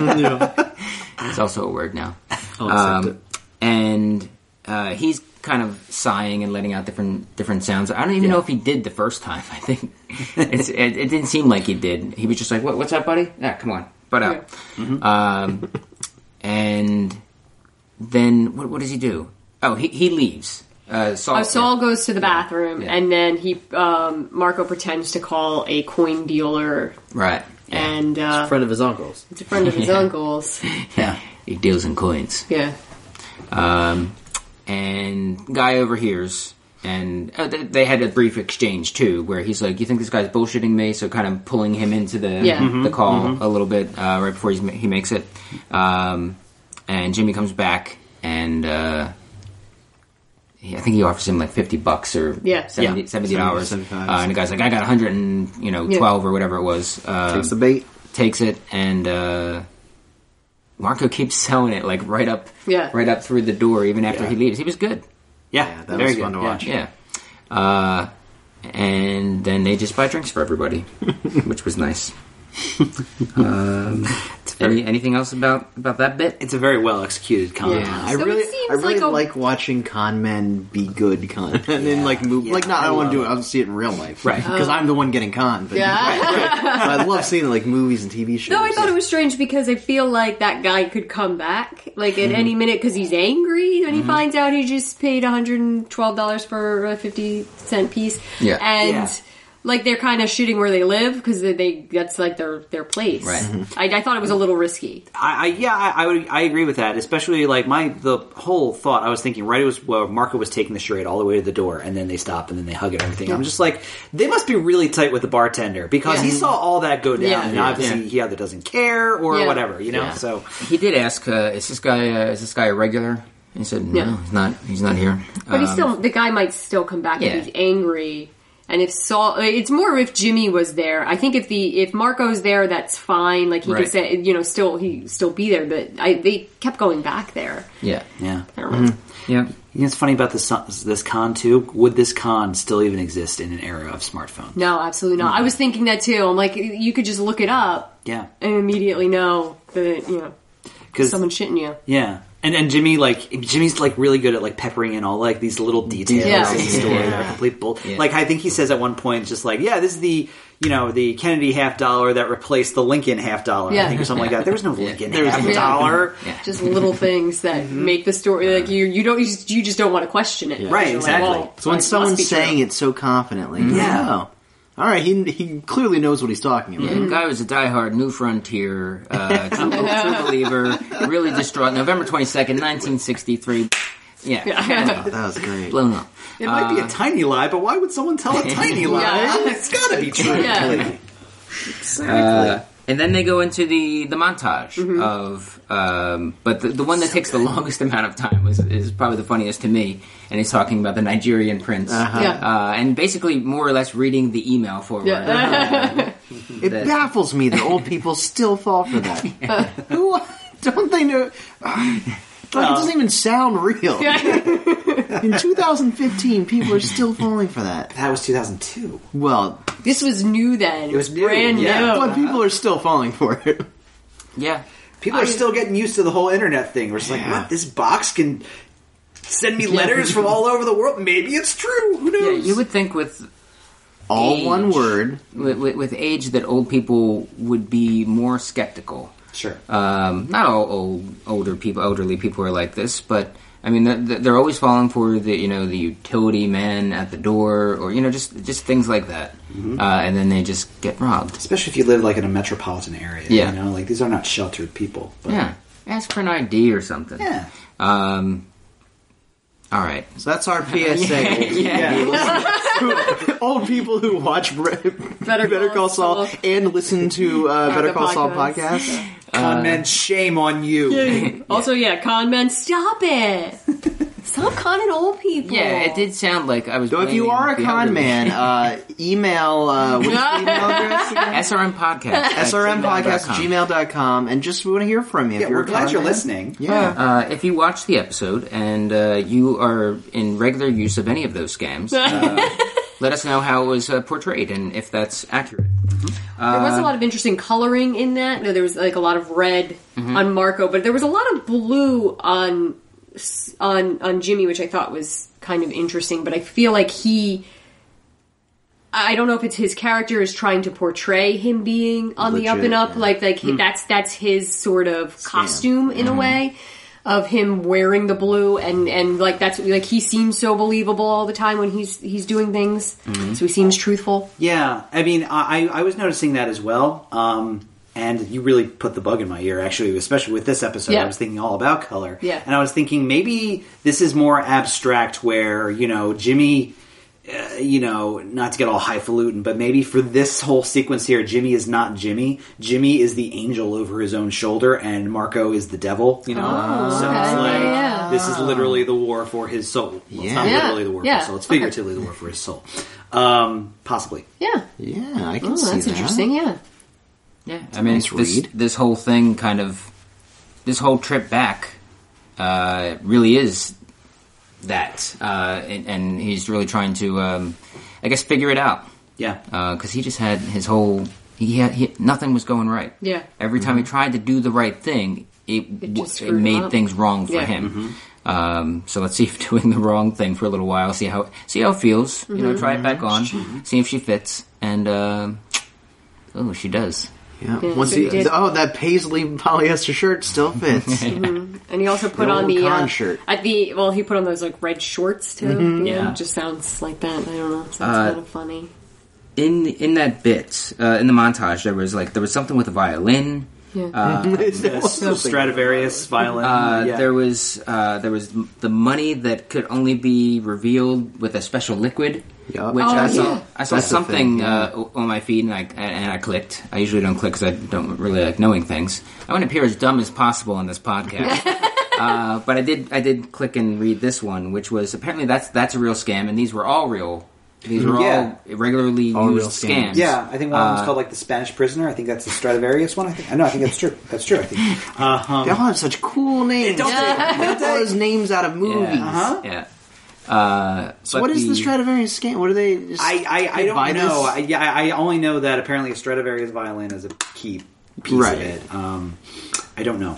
B: It's also a word now.
C: I'll accept
B: Um, and uh, he's kind of sighing and letting out different different sounds. I don't even know if he did the first time. I think it's, it, it didn't seem like he did. He was just like, what, "What's up, buddy? Yeah, come on, butt out." Um, and then what, what does he do? Oh, he, he leaves. Uh, Saul,
D: Uh, Saul goes to the bathroom,
B: Yeah.
D: and then he um, Marco pretends to call a coin dealer,
B: right?
D: and uh,
C: Friend of his uncle's.
D: it's a friend of his
B: Yeah.
D: uncle's.
E: Yeah.
B: He deals in coins.
D: Yeah,
B: Um, and guy overhears, and uh, th- they had a brief exchange too, where he's like, "You think this guy's bullshitting me?" So kind of pulling him into the
D: Yeah. Mhm,
E: Mm-hmm.
B: the call a little bit uh, right before he's, ma- he makes it. Um, and Jimmy comes back, and uh, he, I think he offers him like fifty bucks or
D: Yeah.
B: 70
E: Yeah.
B: dollars. Uh,
C: 75.
B: and the guy's like, "I got a hundred and you know
D: Yeah.
B: twelve or whatever it was." Uh,
C: Takes the bait.
B: takes it and uh Marco keeps selling it like right up
D: Yeah.
B: right up through the door even after
E: Yeah.
B: he leaves. He was good.
E: Yeah.
C: Yeah, that
E: Very
C: was
E: good.
C: fun to
E: Yeah.
C: watch.
B: Yeah. Uh and then they just buy drinks for everybody, which was nice. um, any, anything else about about that bit?
E: It's a very well executed con.
D: Yeah.
C: Uh, I
D: So it
C: really,
D: seems
C: I really
D: like
C: like,
D: a-
C: watching con men be good con and then like move like not I, want to do it. I'll see it in real life,
B: Right.
C: Because I'm the one getting con. But
D: yeah.
C: I love seeing like movies and TV shows.
D: No, I thought it was strange because I feel like that guy could come back like at any minute because he's angry and he finds out he just paid one hundred and twelve dollars for a fifty cent piece.
B: Yeah.
D: and.
E: Yeah.
D: Like they're kind of shitting where they live because they, they that's like their their place.
B: Right.
C: Mm-hmm.
D: I, I thought it was a little risky.
E: I, I yeah, I, I would I agree with that. Especially like my the whole thought I was thinking right it was well Marco was taking the charade all the way to the door and then they stop and then they hug and everything. I'm just like they must be really tight with the bartender because he
D: Yeah.
E: saw all that go down
D: Yeah.
E: and
D: Yeah.
E: obviously
B: Yeah.
E: he either doesn't care or
D: Yeah.
E: whatever you know.
B: Yeah.
E: So
B: He did ask, uh, "Is this guy uh, is this guy a regular?" He said, "No,
D: Yeah.
B: he's not. He's not here." Um,
D: But he's still the guy might still come back
B: Yeah.
D: if he's angry. And if Saul, it's more if Jimmy was there. I think if the if Marco's there, that's fine. Like he
B: Right.
D: could say, you know, still he still be there. But I, they kept going back there.
B: yeah,
E: yeah.
D: I don't know.
B: yeah.
E: You know, it's funny about this this con too. Would this con still even exist in an era of smartphone?
D: No, absolutely not. I was thinking that too. I'm like, you could just look it up
E: Yeah,
D: and immediately know that you know
E: because
D: someone's shitting you.
E: yeah, and and Jimmy like Jimmy's like really good at like peppering in all like these little details
D: Yeah.
E: of the story
B: Yeah.
E: that are complete bull.
B: Yeah.
E: Like I think he says at one point, just like yeah, this is the you know the Kennedy half dollar that replaced the Lincoln half dollar. I
D: Yeah.
E: think or something like that. There was no Lincoln
C: There was
E: half
D: no-
E: dollar.
B: Yeah.
D: Just little things that make the story like you you don't you just, you just don't want to question it.
E: Right,
D: You're
E: exactly.
C: So when
D: it must
C: someone's
D: be true.
C: saying it so confidently,
E: Yeah.
C: yeah. all right, he he clearly knows what he's talking about.
B: The guy was a diehard New Frontier, uh, true, true believer, really distraught. November 22nd, 1963. Yeah,
D: Yeah.
C: That was great.
B: blown up.
E: It might be a tiny lie, but why would someone tell a tiny lie? It's got to be true.
D: Yeah.
B: Uh, and then they go into the, the montage
C: Mm-hmm.
B: of, um, but the, the one that takes the longest amount of time was, is probably the funniest to me. And he's talking about the Nigerian prince, uh
C: Uh-huh.
D: Yeah.
B: and basically more or less reading the email forward.
D: Uh-huh.
C: It baffles me that old people still fall for that. Who don't they know? Like, it doesn't even sound real. In 2015, people are still falling for that.
E: That was 2002.
C: Well,
D: This was new then. It
E: was new,
D: brand
E: yeah.
D: new.
C: but people are still falling for it.
B: Yeah.
E: People are still getting used to the whole internet thing. We're just like,
C: Yeah.
E: what? This box can send me letters from all over the world. Maybe it's true. Who
B: Yeah,
E: knows?
B: you would think with
C: All
B: Age.
C: one word.
B: with, with, with age that old people would be more skeptical.
E: Sure.
B: Um, not all old, older people, elderly people are like this, but I mean, th- th- they're always falling for the you know the utility man at the door, or you know just just things like that,
C: Mm-hmm.
B: uh, and then they just get robbed.
E: Especially if you live like in a metropolitan area.
B: Yeah.
E: You know, like these are not sheltered people.
C: Mm.
E: But,
B: Yeah, ask for an ID or something.
E: Yeah.
B: Um, all right.
C: So that's our PSA. Old people who watch Bre- Better,
D: Call
C: Call Saul
D: Saul.
C: and listen to uh, Better
D: the
C: Call Saul
D: podcasts.
C: podcast.
F: Con men, shame on you.
D: Also, yeah, con men, stop it. stop conning old people.
B: Yeah, it did sound like I was.
C: So if you
B: blaming
C: are a
B: the
C: con
B: elderly.
C: man, uh, email uh, what is the email address
B: SRM
C: again?
B: podcast,
C: srmpodcast@gmail.com, and just we want to hear from you. if
E: Yeah, we're
C: a
E: glad
C: con
E: you're
C: man.
E: listening.
C: Yeah.
B: Uh, if you watch the episode and uh, you are in regular use of any of those scams, uh, let us know how it was uh, portrayed and if that's accurate.
D: There
C: Uh,
D: was a lot of interesting coloring in that. No, there was like a lot of red
C: Mm-hmm.
D: on Marco, but there was a lot of blue on on on Jimmy, which I thought was kind of interesting. But I feel like he, I don't know if it's his character is trying to portray him being on the up
C: Legit,
D: and up,
C: yeah. Hmm.
D: like like he- that's that's his sort of costume
C: Mm-hmm.
D: in a way of him wearing the blue and and like that's like he seems so believable all the time when he's he's doing things,
C: Mm-hmm.
D: so he seems truthful.
E: Yeah, I mean, I, I was noticing that as well. Um, and you really put the bug in my ear, actually, especially with this episode.
D: Yeah.
E: I was thinking all about color.
D: Yeah.
E: And I was thinking maybe this is more abstract where, you know, Jimmy, uh, you know, not to get all highfalutin, but maybe for this whole sequence here, Jimmy is not Jimmy. Jimmy is the angel over his own shoulder, and Marco is the devil, you know? so it's
D: Oh, okay.
E: like,
D: Yeah.
E: this is literally the war for his soul. Well, It's not
C: Yeah.
E: literally the war for
D: Yeah.
E: his soul, it's figuratively the war for his soul. Um, possibly.
D: Yeah,
C: yeah, I can
D: oh,
C: see
D: that's
C: that.
D: interesting. Yeah.
B: Yeah, I mean,
C: nice
B: this,
C: read.
B: this whole thing kind of, this whole trip back, uh, really is that, uh, and, and he's really trying to, um, I guess, figure it out
E: Yeah.
B: because Uh, he just had his whole, he had he, nothing was going right.
D: Yeah.
B: Every time he tried to do the right thing, it
D: It
B: it,
D: just
B: it
D: screwed him
B: made
D: up.
B: things wrong for
D: Yeah.
B: him. Um, so let's see if doing the wrong thing for a little while, see how see how it feels. You
D: Mm-hmm.
B: know, try it back on, see if she fits, and uh, oh, she does.
C: Yeah.
D: Yeah,
C: Once
D: so you
C: you,
D: did-
C: oh, that paisley polyester shirt still fits.
D: And he also put
C: The
D: on
C: old
D: the
C: con
D: uh,
C: shirt.
D: at the well, he put on those like red shorts too. You know,
B: Yeah.
D: it just sounds like that. I don't know. It sounds
B: Uh,
D: kind of funny.
B: In in that bit uh, in the montage, there was like there was something with a violin.
D: Yeah.
C: It's-
E: Yeah, so Stradivarius violin.
B: Uh,
E: yeah.
B: There was uh, there was m- the money that could only be revealed with a special liquid.
C: Yup.
B: Which
C: Oh,
B: I saw,
D: yeah.
B: I saw
C: That's the
B: something
C: thing, yeah.
B: uh, o- on my feed, and I and I clicked. I usually don't click because I don't really like knowing things. I want to appear as dumb as possible on this podcast. uh, but I did I did click and read this one, which was apparently that's that's a real scam, and these were all real. These were
E: Yeah.
B: all regularly
C: All real
B: used
C: scams.
B: scams.
E: yeah, I think one
B: uh,
E: of them's called like the Spanish Prisoner. I think that's the Stradivarius one. I think. I know. I think that's true. That's true. I think. Uh, um,
C: They all have such cool names.
E: Don't they?
C: All those names out of movies.
B: yeah.
E: Uh-huh.
B: yeah. Uh,
C: So what is the Stradivarius scam? What are they? Just,
E: I, I, I don't
C: Vitus?
E: know. I, yeah, I I only know that apparently a Stradivarius violin is a key piece
C: Right.
E: of it. Um, I don't know.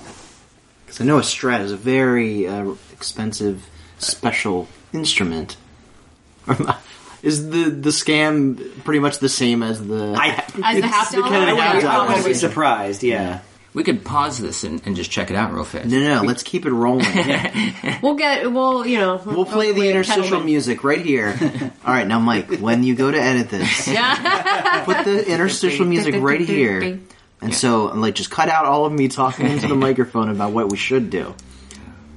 C: 'Cause I know a Strat is a very uh, expensive, special instrument. is the the scam pretty much the same as the?
E: I,
D: As the half dollar,
C: kind
E: I,
C: of
D: yeah.
E: would,
C: half
E: I would
C: dollar.
E: be surprised. Yeah.
B: We could pause this and, and just check it out real fast.
C: no, no, no. Let's keep it rolling.
D: we'll get. We'll you know.
C: We'll play the interstitial music right here. All right, now, Mike, when you go to edit this,
D: Yeah.
C: put the interstitial music right here. And so, I'm like, just cut out all of me talking into the microphone about what we should do.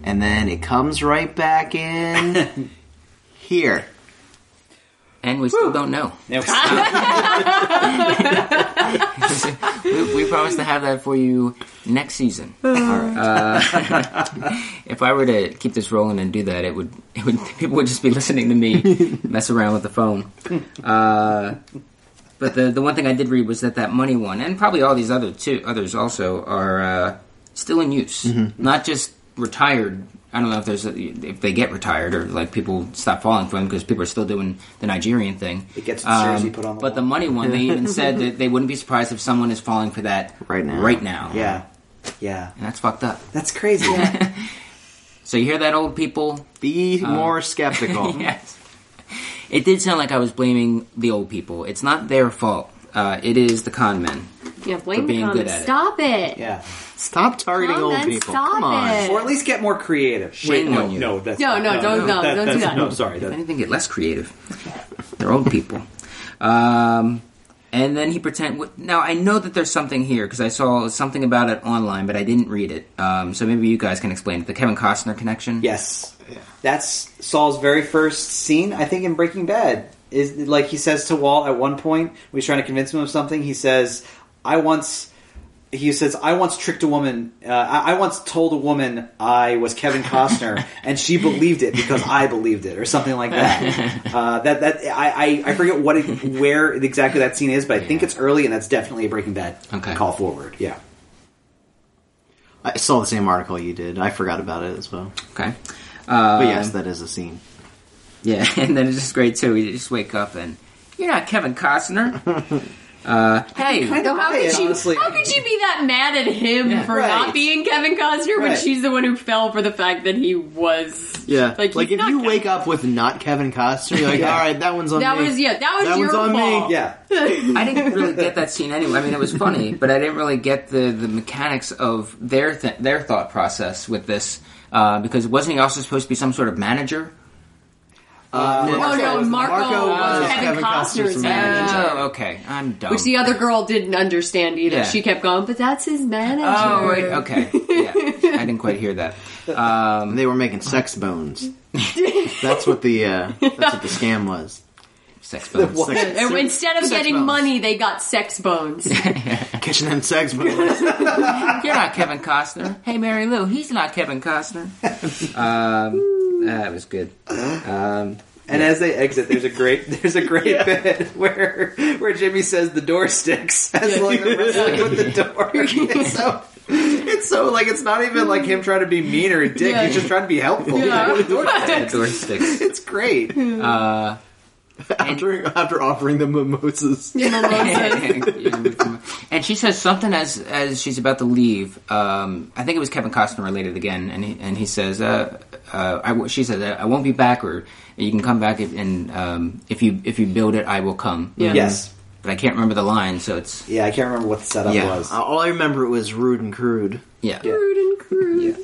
C: And then it comes right back in here.
B: And we still don't know. We, we promise to have that for you next season. Uh, if I were to keep this rolling and do that, it would, it would people would just be listening to me mess around with the phone. Uh, but the the one thing I did read was that that money one, and probably all these other two others also are uh, still in use, not just retired. I don't know if there's a, if they get retired or like people stop falling for them because people are still doing the Nigerian thing.
E: It gets its jersey put on Um, the
B: Um, but the
E: wall.
B: money one, they even said that they wouldn't be surprised if someone is falling for that
C: Right now.
B: Right now,
E: yeah. Yeah.
B: and that's fucked up.
E: That's crazy.
B: So you hear that, old people?
C: Be more skeptical.
B: Yes. It did sound like I was blaming the old people. It's not their fault. Uh, it is the con men.
D: yeah. Blame
B: For
D: the
B: being good
D: comments.
B: at it.
D: Stop it.
E: Yeah.
C: Stop targeting old
D: Comments,
C: people.
D: stop
C: Come on.
D: it.
E: Or at least get more creative.
B: Shame
E: no,
B: on you.
E: No, that's
D: No, no, don't- no,
E: that-
D: don't do
E: that's-
D: that.
E: No, sorry.
B: If
E: That,
B: anything, get less creative. They're old people. Um, and then he pretend. wh- Now I know that there's something here because I saw something about it online, but I didn't read it. Um, so maybe you guys can explain it. The Kevin Costner connection.
E: Yes. That's Saul's very first scene, I think, in Breaking Bad. Is like he says to Walt at one point when he's trying to convince him of something, he says, I once he says, "I once tricked a woman. Uh, I, I once told a woman I was Kevin Costner, and she believed it because I believed it, or something like that." Uh, that that I, I, I forget what it, where exactly that scene is, but I think
B: Yeah.
E: it's early, and that's definitely a Breaking Bad
B: Okay.
E: call forward. Yeah,
C: I saw the same article you did. I forgot about it as well.
B: Okay.
C: But yes, that is a scene.
B: Yeah, and then it's just great too. You just wake up and you're not Kevin Costner. uh, hey,
E: kind of
D: How could, she,
E: honestly.
D: how could she be that mad at him for
E: Right.
D: not being Kevin Costner when
E: Right.
D: she's the one who fell for the fact that he was?
C: Yeah,
D: Like,
C: like,
D: he's
C: if
D: not
C: you
D: Kevin-
C: wake up with not Kevin Costner, you're like,
E: Yeah.
C: all right, that one's on
D: That
C: me.
D: was yeah. That was
C: That
D: your
C: one's on me.
D: fault.
E: yeah.
B: I didn't really get that scene anyway. I mean, it was funny, but I didn't really get the, the mechanics of their th- their thought process with this uh, because wasn't he also supposed to be some sort of manager?
D: Oh no, Marco,
C: Marco
D: was
C: was
D: Kevin
C: Kevin
D: Costner's
C: Costner's
D: manager,
B: Oh, okay, I'm dumb.
D: which the other girl didn't understand either.
B: Oh. Yeah.
D: She kept going, but that's his manager.
B: oh, right, okay, yeah, I didn't quite hear that.
C: And they were making sex bones. that's what the uh, that's what the scam was.
B: Sex bones.
C: Sex-
D: And Instead of
C: sex
D: getting
C: bones.
D: money, they got sex bones.
C: catching them sex bones.
B: You're not Kevin Costner. Hey, Mary Lou, he's not Kevin Costner. um, that was good. Um,
E: And as they exit, there's a great there's a great bit where where Jimmy says the door sticks as like they're wrestling with the door. It's so it's so like it's not even like him trying to be mean or a dick.
D: Yeah.
E: He's just trying to be helpful.
D: Yeah.
E: The door sticks.
B: door sticks.
E: It's great.
C: after after offering them mimosas.
B: and she says something as as she's about to leave. Um, I think it was Kevin Costner related again, and he, and he says, uh, uh, I w- "She says I won't be back, or you can come back if, and um, if you if you build it, I will come."
D: Yeah.
E: Yes.
B: but I can't remember the line, so it's
E: Um, Yeah, I can't remember what the setup
C: Yeah,
E: was.
C: Uh, all I remember was rude and crude.
B: yeah. Uh,
D: Crude and crude.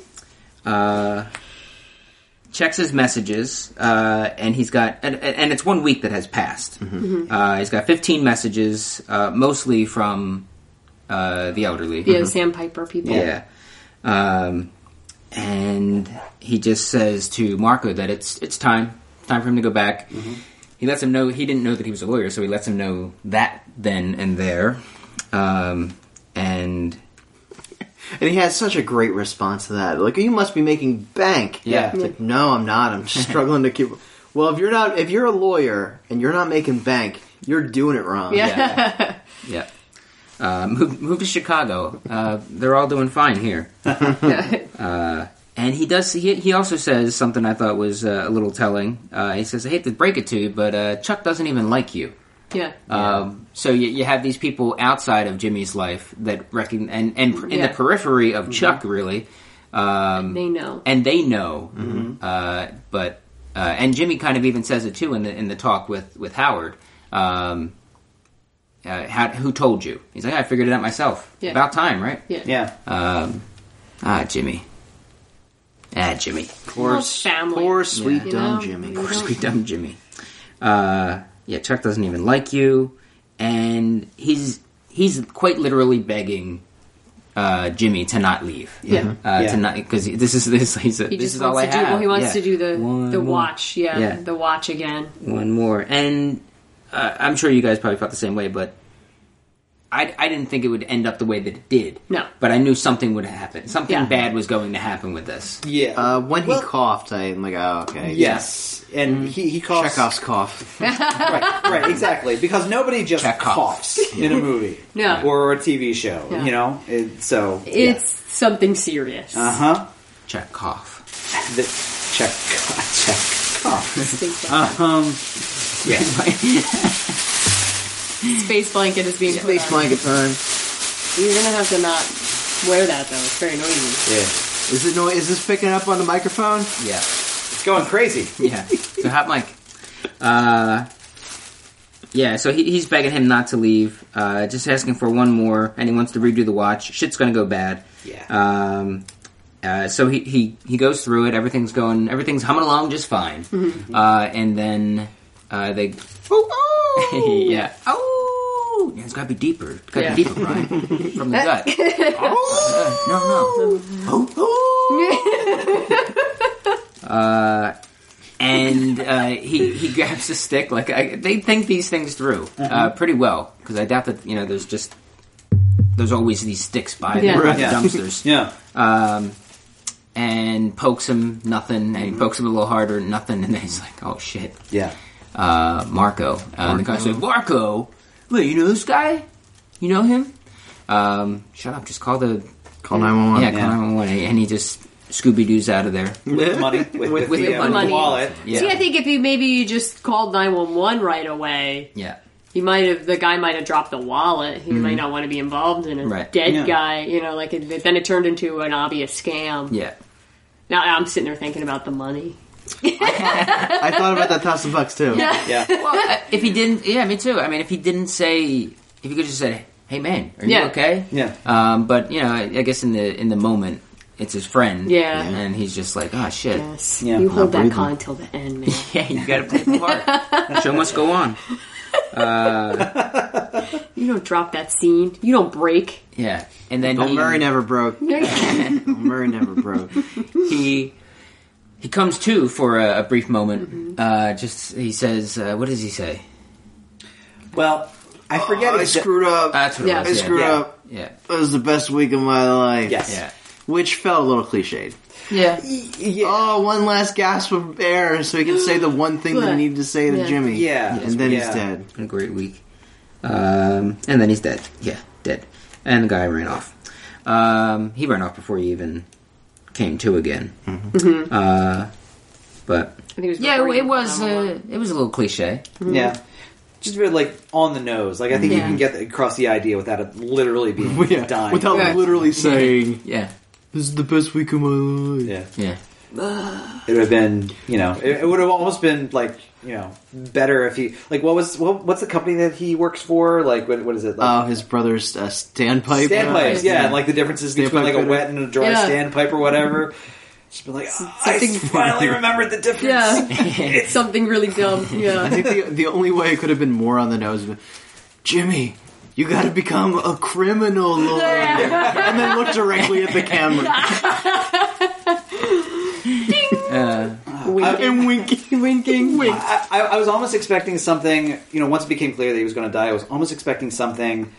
B: Checks his messages, uh, and he's got and, and it's one week that has passed.
D: Mm-hmm.
B: Uh, he's got 15 messages, uh, mostly from uh, the elderly.
D: Yeah, the Sandpiper people.
B: Yeah. Um, and he just says to Marco that it's it's time time for him to go back. He lets him know he didn't know that he was a lawyer, so he lets him know that then and there. Um, and
C: And he has such a great response to that. Like, you must be making bank.
B: Yeah.
C: It's like, no, I'm not. I'm just struggling to keep. Well, if you're not, if you're a lawyer and you're not making bank, you're doing it wrong.
D: Yeah.
B: yeah, uh, move move to Chicago. Uh, they're all doing fine here. And he does. He, he also says something I thought was uh, a little telling. Uh, he says, "I hate to break it to you, but uh, Chuck doesn't even like you."
D: yeah.
B: Um, so you, you have these people outside of Jimmy's life that recognize and, and pr- in
D: Yeah. Mm-hmm.
B: the periphery of Chuck really, um,
D: They know.
B: and they know. Uh, but uh, and Jimmy kind of even says it too in the in the talk with with Howard. Um, uh, how, who told you? He's like, I figured it out myself.
D: Yeah.
B: About time, right?
D: yeah.
E: Yeah.
B: Ah, Jimmy. Ah, Jimmy.
C: Poor,
D: Well, family.
C: poor sweet
B: Yeah.
C: dumb
D: You know,
C: Jimmy.
D: you
B: Sweet dumb Jimmy. Uh, yeah, Chuck doesn't even like you, and he's he's quite literally begging uh, Jimmy to not leave.
D: Yeah.
B: Uh,
E: Yeah.
B: To not because this is this he's a,
D: He
B: this
D: just
B: is all
D: wants
B: I
D: to do.
B: have.
D: Well, he wants
B: Yeah.
D: to do the
B: One
D: the
B: more.
D: watch. Yeah,
B: Yeah.
D: the watch again.
B: one more. And uh, I'm sure you guys probably felt the same way, but I, I didn't think it would end up the way that it did.
D: No.
B: but I knew something would happen. Something
D: Yeah.
B: bad was going to happen with this.
E: Yeah.
C: Uh, when
E: Well-
C: he coughed, I'm like, oh, okay.
E: yes. And he he coughs.
C: Chekhov's cough.
E: right, right, exactly. Because nobody just
B: Chekhov.
E: coughs in a movie.
D: No.
E: Or a TV show.
D: Yeah.
E: You know? It, so
D: It's something serious.
B: Uh-huh.
E: uh huh.
B: Check cough.
E: The check check
D: Just think that
B: Uh-huh.
E: Um
B: Yeah.
D: Space blanket is being
C: Space
D: put on.
C: blanket time.
D: You're gonna have to not wear that though. It's very noisy.
E: yeah.
C: Is it no? Is this picking up on the microphone?
B: yeah.
E: It's going crazy.
B: yeah. So hot mic. Uh, yeah. So he, he's begging him not to leave, uh, just asking for one more, and he wants to redo the watch. Shit's gonna go bad.
E: Yeah.
B: Um, uh, so he, he he goes through it. Everything's going. Everything's humming along just fine. Uh, and then uh, they. Oh, oh! yeah. Oh. Yeah, it's gotta be deeper. It's gotta
D: Yeah.
B: be deeper, Brian. From the gut. oh. No, no. and uh, he he grabs a stick. Like I, they think these things through uh, pretty well because I doubt that you know there's just there's always these sticks by
D: Yeah.
B: the,
D: Right.
B: the dumpsters.
E: Yeah.
B: And pokes him, nothing. And he pokes him a little harder, nothing. And then he's like, oh shit.
C: Yeah.
B: uh, Marco. Uh, And the guy said, Marco? Wait, you know this guy? You know him? Um, shut up. Just call the.
C: Call 911.
B: Yeah, call 911. And he just Scooby Doo's out of there.
E: With the money. With,
B: With-
E: the,
B: with the
E: uh,
B: money.
E: wallet.
B: Yeah.
D: See, I think if he maybe you just called nine one one right away,
B: yeah.
D: he might have the guy might have dropped the wallet. He might not want to be involved in a
B: Right.
D: dead
E: Yeah.
D: guy. You know, like it, then it turned into an obvious scam.
B: Yeah.
D: Now I'm sitting there thinking about the money.
C: I thought about that thousand bucks too.
E: Yeah.
B: Well, uh, if he didn't. Yeah, me too. I mean, if he didn't say. If you could just say, hey man, are you
D: Yeah.
B: okay?
E: Yeah.
B: Um, but, you know, I, I guess in the in the moment, it's his friend.
D: Yeah.
B: And he's just like, ah, shit.
D: Yes,
E: Yeah.
D: you
E: Not
D: hold that
C: breathing.
D: con till the end, man.
B: Yeah, you gotta play the part. Show must go on.
D: you don't drop that scene. You don't break.
B: Yeah. And then
C: Bill
B: he-
C: Murray never broke.
D: yeah,
C: Bill Murray never broke.
B: he he comes to for a, a brief moment. Uh, just he says, uh, "What does he say?"
E: Well, I forget.
C: Oh, I
E: exa-
C: screwed up.
B: That's what
D: Yeah.
B: it
C: I
B: was.
C: screwed
E: Uh, Yeah.
C: up.
B: Yeah,
C: It was the best week of my life.
E: Yes.
B: yeah,
C: Which felt a little cliched.
B: yeah. yeah.
E: E, Yeah.
C: Oh, one last gasp of air so he can say the one thing that he needed to say to
D: Yeah.
C: Jimmy.
E: Yeah.
C: And then
E: Yeah.
C: he's dead.
B: A great week. Um, and then he's dead. Yeah, dead. And the guy ran off. Um, he ran off before he even came to again. Uh, but
D: I think it was
B: Mm-hmm. yeah,
D: before
B: it,
D: you
B: it was
D: went on
B: uh, it was a little cliche.
E: Yeah. Just very like on the nose. Like I think you
D: Yeah.
E: can get across the idea without it literally being
C: Yeah.
E: dying.
C: Without
D: Yeah.
C: literally saying,
B: Yeah,
C: This is the best week of my life.
E: yeah.
B: yeah.
E: It would have been, you know, it, it would have almost been like, you know, better if he like what was what, what's the company that he works for? Like what, what is it?
C: Oh,
E: Like,
C: his brother's uh, standpipe.
E: standpipes, yeah, and like the differences between like
C: Standpipe
E: a wet and a dry
D: Yeah.
E: standpipe or whatever. Just been like, I
D: something-
E: finally remembered the difference.
D: Yeah, something really dumb.
C: I
D: Yeah,
C: think the, the only way it could have been more on the nose was, Jimmy, you gotta become a criminal lawyer. and then look directly at the camera.
B: Uh,
C: and winking, winking, wink.
E: I, I, I was almost expecting something. You know, once it became clear that he was going to die, I was almost expecting something.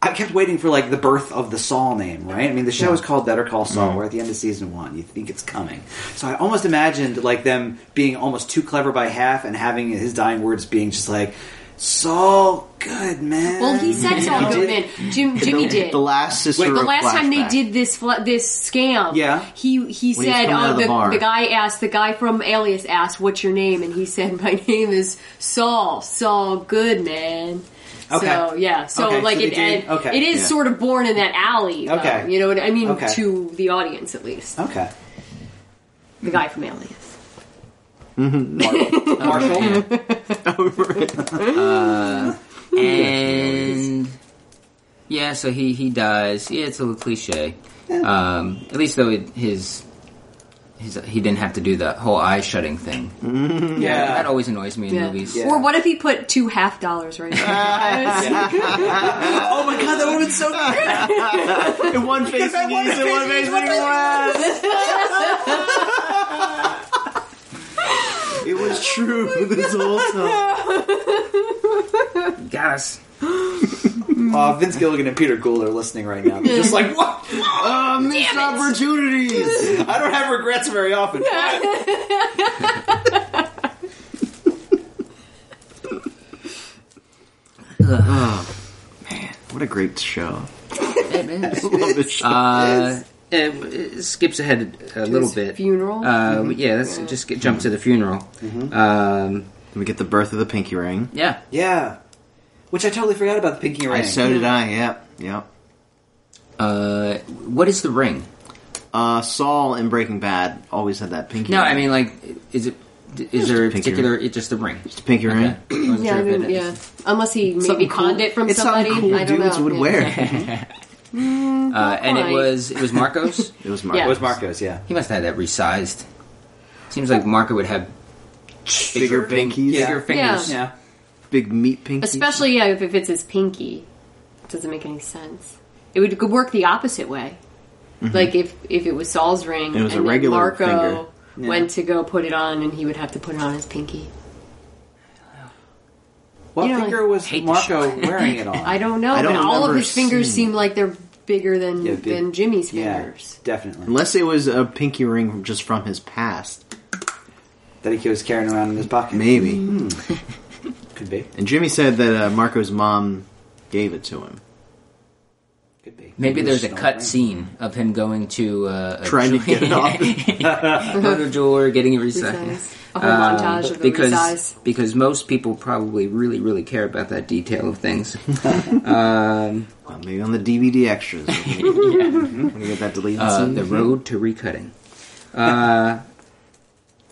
E: I kept waiting for like the birth of the Saul name, right? I mean, the show is called Better Call Saul. We're at the end of season one. You think it's coming, so I almost imagined like them being almost too clever by half and having his dying words being just like Saul Goodman.
D: well, he said Saul Goodman. Jim, Jimmy did.
C: The last Cicero
D: the last time they
C: flashback.
D: did this fla- this scam,
E: Yeah.
D: he he
C: When he's
D: said,
C: coming out
D: "Oh,
C: of the
D: the,
C: bar.
D: the, guy asked the guy from Alias asked, what's your name?" And he said, "My name is Saul Saul Goodman."
E: Okay.
D: So yeah, so
E: Okay,
D: like
E: so they
D: it,
E: did-
D: and
E: okay.
D: it is
C: Yeah.
D: sort of born in that alley. though.
E: Okay.
D: you know what I mean
E: Okay.
D: to the audience at least.
E: Okay,
D: The guy from Alias.
E: Marshall.
D: Mm-hmm.
B: and yeah, so he he dies. Yeah, it's a little cliche. Um, at least though it, his his he didn't have to do that whole eye shutting thing. That
E: Yeah,
B: always annoys me in
D: Yeah.
B: movies.
E: Yeah.
D: Or what if he put two half dollars right? there?
E: Oh my god, that would have been so.
C: In one face,
E: I
C: he
E: wanted
C: used it, in one face, when he was. It was true this whole time.
B: Gas.
E: Uh, Vince Gilligan and Peter Gould are listening right now. They're just
D: Mm-hmm.
E: like what?
C: Oh, missed opportunities.
E: I don't have regrets very often.
C: What a great show.
B: It is.
C: Love this show.
B: Uh, it, it skips ahead a little
D: His
B: bit.
D: funeral.
B: Uh, Yeah, let's just get, jump to the funeral. Um,
C: we get the birth of the pinky ring.
B: yeah,
E: Yeah. Which I totally forgot about the pinky
C: I,
E: ring.
C: so did I, yep, yep.
B: uh, what is the ring?
C: Uh, Saul in Breaking Bad always had that pinky
B: No,
C: ring.
B: I mean like, is it? Is there a
C: pinky
B: particular? It's just the ring.
C: pinky ring.
B: I wasn't
D: yeah, I
B: sure if
D: mean,
B: it-
D: yeah. Unless he maybe
C: Something cool-
D: conned it from
C: it's
D: somebody.
C: something cool
D: I don't
C: dudes
D: know.
C: would
D: yeah.
C: wear.
B: Uh, and it
D: Why?
B: was it was Marcos.
C: It was Mark.
E: It was Marcos, yeah.
B: he must have had that resized. Seems like Marco would have
C: Bigger pinkies,
E: Yeah.
B: bigger fingers.
E: Yeah.
C: big meat pinkies.
D: Especially yeah, if, if it's his pinky. It doesn't make any sense. It would could work the opposite way. Like if, if it was Saul's ring
C: Mm-hmm. It was
D: and
C: a
D: then
C: regular
D: Marco
C: finger.
D: went to go put it on and he would have to put it on his pinky.
E: What
D: You know,
E: finger was
B: hate the
E: Marco
B: show.
E: wearing it on?
D: I don't know,
C: I don't
D: but all of
C: remember
D: his fingers
C: seeing-
D: seem like they're bigger than
E: Yeah, big-
D: than Jimmy's
E: Yeah,
D: fingers.
E: definitely.
C: Unless it was a pinky ring just from his past,
E: That he was carrying around in his pocket.
C: maybe.
E: Could be.
C: And Jimmy said that uh, Marco's mom gave it to him.
E: Could be.
B: Maybe there's a
E: Don't
B: cut
E: know.
B: scene of him going to uh, a
C: Trying to get it off.
B: photo jeweler, getting it resized.
D: Resize. A whole
B: Um,
D: montage of the
B: because
D: resize.
B: because most people probably really really care about that detail of things.
C: Well, maybe on the DVD extras. When you when you get that deleted
B: Uh,
C: scene.
B: the road to recutting. Uh,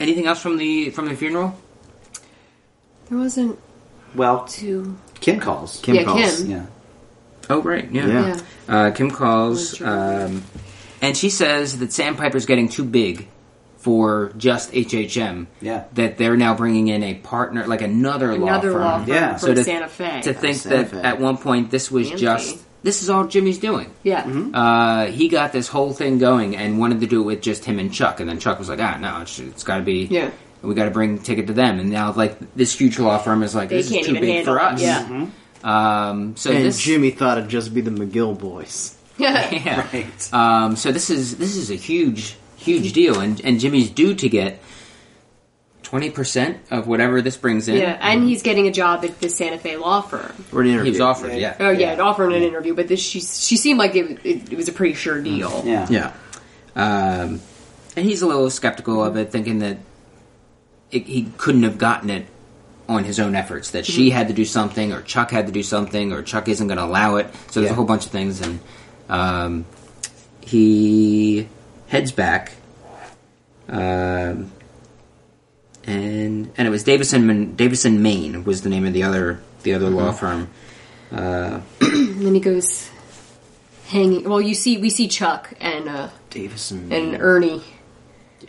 B: anything else from the from the funeral?
D: There wasn't
E: Well,
D: two.
E: Kim calls.
C: Kim
D: yeah,
C: calls.
D: Kim.
E: Yeah.
B: Oh right, yeah.
C: Yeah.
D: Yeah.
B: Uh, Kim calls,
D: Sure.
B: um, and she says that Sandpiper's getting too big for just HHM.
E: Yeah.
B: That they're now bringing in a partner, like another,
D: Another
B: law firm.
D: law firm
E: Yeah.
D: from
B: So to-
D: Santa Fe.
B: To think
C: Santa
B: that
C: Fe.
B: at one point this was
D: Fancy.
B: just this is all Jimmy's doing.
D: yeah.
C: Mm-hmm.
B: Uh, he got this whole thing going and wanted to do it with just him and Chuck, and then Chuck was like, "Ah, no, it's, it's got to be
D: Yeah.
B: We got to bring ticket to them." And now, like this huge law firm is like,
D: They
B: "This
D: can't
B: is too
D: even
B: big
D: handle
B: for
D: it.
B: us."
D: Yeah.
B: Um, so
C: and
B: this,
C: Jimmy thought it'd just be the McGill boys. Mm-hmm.
D: Yeah.
B: yeah.
E: Right.
B: Um, so this is this is a huge huge deal, and and Jimmy's due to get twenty percent of whatever this brings in.
D: Yeah, and he's getting a job at the Santa Fe law firm.
C: Or an interview.
B: He was offered, yeah.
D: Oh yeah, it offered an interview, but this she she seemed like it, it, it was a pretty sure deal.
E: Yeah.
B: Uh, Yeah. Um, and he's a little skeptical of it, thinking that it, he couldn't have gotten it on his own efforts, that she
C: Mm-hmm.
B: had to do something, or Chuck had to do something, or Chuck isn't going to allow it. So there's a
E: Yeah.
B: whole bunch of things, and um, he heads back. Um, and and it was Davison, Davison, Maine was the name of the other the other law
C: Mm-hmm.
B: firm.
D: And then he goes hanging. Well, you see, we see Chuck and uh,
C: Davison.
D: and Ernie,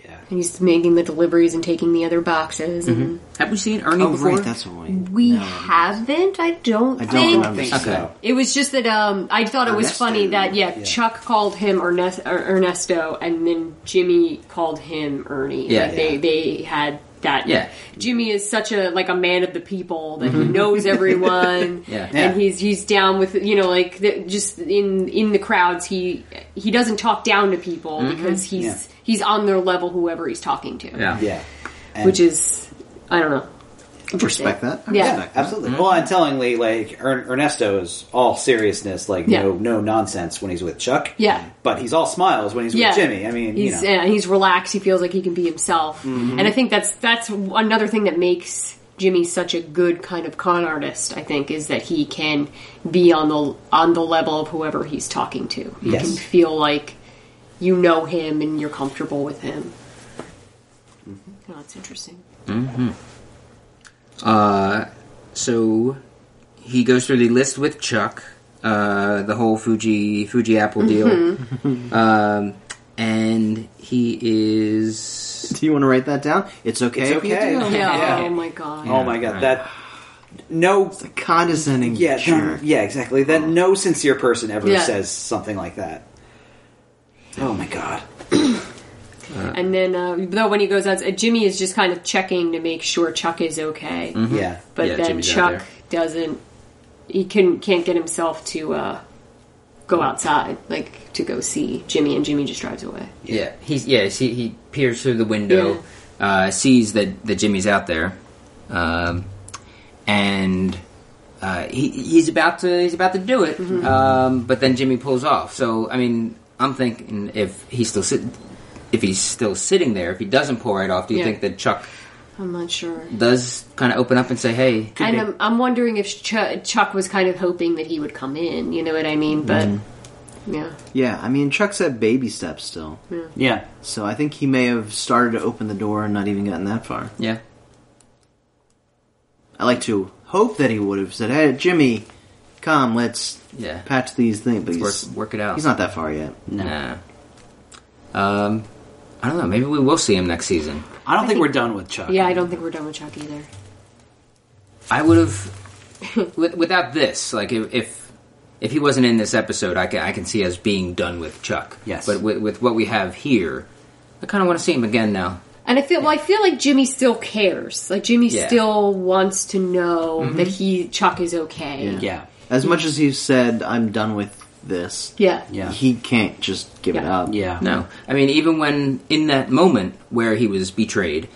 E: Yeah.
D: and he's making the deliveries and taking the other boxes. And
B: Have we seen Ernie
C: oh,
B: before?
C: right, that's what we.
D: we
C: no.
D: haven't. I don't.
C: I don't
D: think.
C: remember.
E: think
C: Okay.
E: so.
D: It was just that um, I thought it was
E: Ernesto.
D: funny that yeah,
E: Yeah.
D: Chuck called him Ernest, er, Ernesto, and then Jimmy called him Ernie.
B: Yeah,
D: Like, they
E: yeah.
D: they had that.
B: Yeah.
D: Jimmy is such a like a man of the people that he knows everyone.
B: Yeah.
E: Yeah.
D: and he's he's down with you know like the, just in in the crowds he he doesn't talk down to people because he's
E: Yeah.
D: he's on their level whoever he's talking to.
B: yeah.
E: Yeah. And-
D: which is I don't know.
C: I respect that. I
D: Yeah.
C: respect that.
E: Absolutely. Well, and tellingly, like er- Ernesto is all seriousness, like
D: Yeah.
E: no no nonsense when he's with Chuck.
D: Yeah.
E: But he's all smiles when he's
D: yeah,
E: with Jimmy. I mean,
D: he's
E: you know, Mm-hmm.
D: yeah, he's relaxed. He feels like he can be himself, and I think that's that's another thing that makes Jimmy such a good kind of con artist. I think is that he can be on the on the level of whoever he's talking to. He
E: Yes.
D: can feel like you know him and you're comfortable with him.
E: Mm-hmm.
D: Oh, that's interesting.
B: So he goes through the list with Chuck, uh, the whole Fuji Fuji Apple deal, um, and he is
C: Do you want to write that down? It's okay.
E: It's
C: if you
E: okay.
C: do.
D: Yeah.
E: Yeah.
D: Oh my god.
E: oh my god, that no,
C: It's a condescending
E: yeah, no,
C: jerk.
E: yeah, exactly. That no sincere person ever
D: Yeah.
E: says something like that. Oh my god.
D: And then uh, though when he goes out, Jimmy is just kind of checking to make sure Chuck is okay.
E: Yeah.
D: but
B: Yeah,
D: then
B: Jimmy's out
D: Chuck
B: there.
D: doesn't. He can can't get himself to uh, go outside, like to go see Jimmy, and Jimmy just drives away.
B: yeah he's yes he, he peers through the window, uh, sees that that Jimmy's out there, um, and uh, he he's about to he's about to do it, um, but then Jimmy pulls off. So I mean I'm thinking if he's still sit if he's still sitting there, if he doesn't pull right off, do you
D: Yeah.
B: think that Chuck
D: I'm not sure.
B: does kind of open up and say, "Hey,
D: And I'm, I'm wondering if Ch- Chuck was kind of hoping that he would come in. You know what I mean? But
B: Mm-hmm.
D: yeah,
C: Yeah, I mean, Chuck's at baby steps still.
E: Yeah.
C: So I think he may have started to open the door and not even gotten that far.
B: yeah,
C: I like to hope that he would have said, "Hey, Jimmy, come, let's
B: Yeah.
C: patch these things." But
B: work,
C: he's,
B: work it out."
C: he's not that far yet.
B: Nah. Um, I don't know. Maybe we will see him next season.
E: I don't think, we're done with Chuck.
D: yeah, I don't think we're done with Chuck either.
B: I would have with, without this. Like if, if if he wasn't in this episode, I can I can see us being done with Chuck.
E: Yes.
B: but with, with what we have here, I kind of want to see him again now.
D: And I feel well, I feel like Jimmy still cares. Like Jimmy
E: Yeah.
D: still wants to know
B: Mm-hmm.
D: that he Chuck is okay.
C: Yeah.
E: Yeah.
C: As much as he said, "I'm done with this,"
D: Yeah.
E: Yeah.
C: he can't just give it
D: Yeah.
C: up.
E: Yeah.
B: No, I mean, even when in that moment where he was betrayed,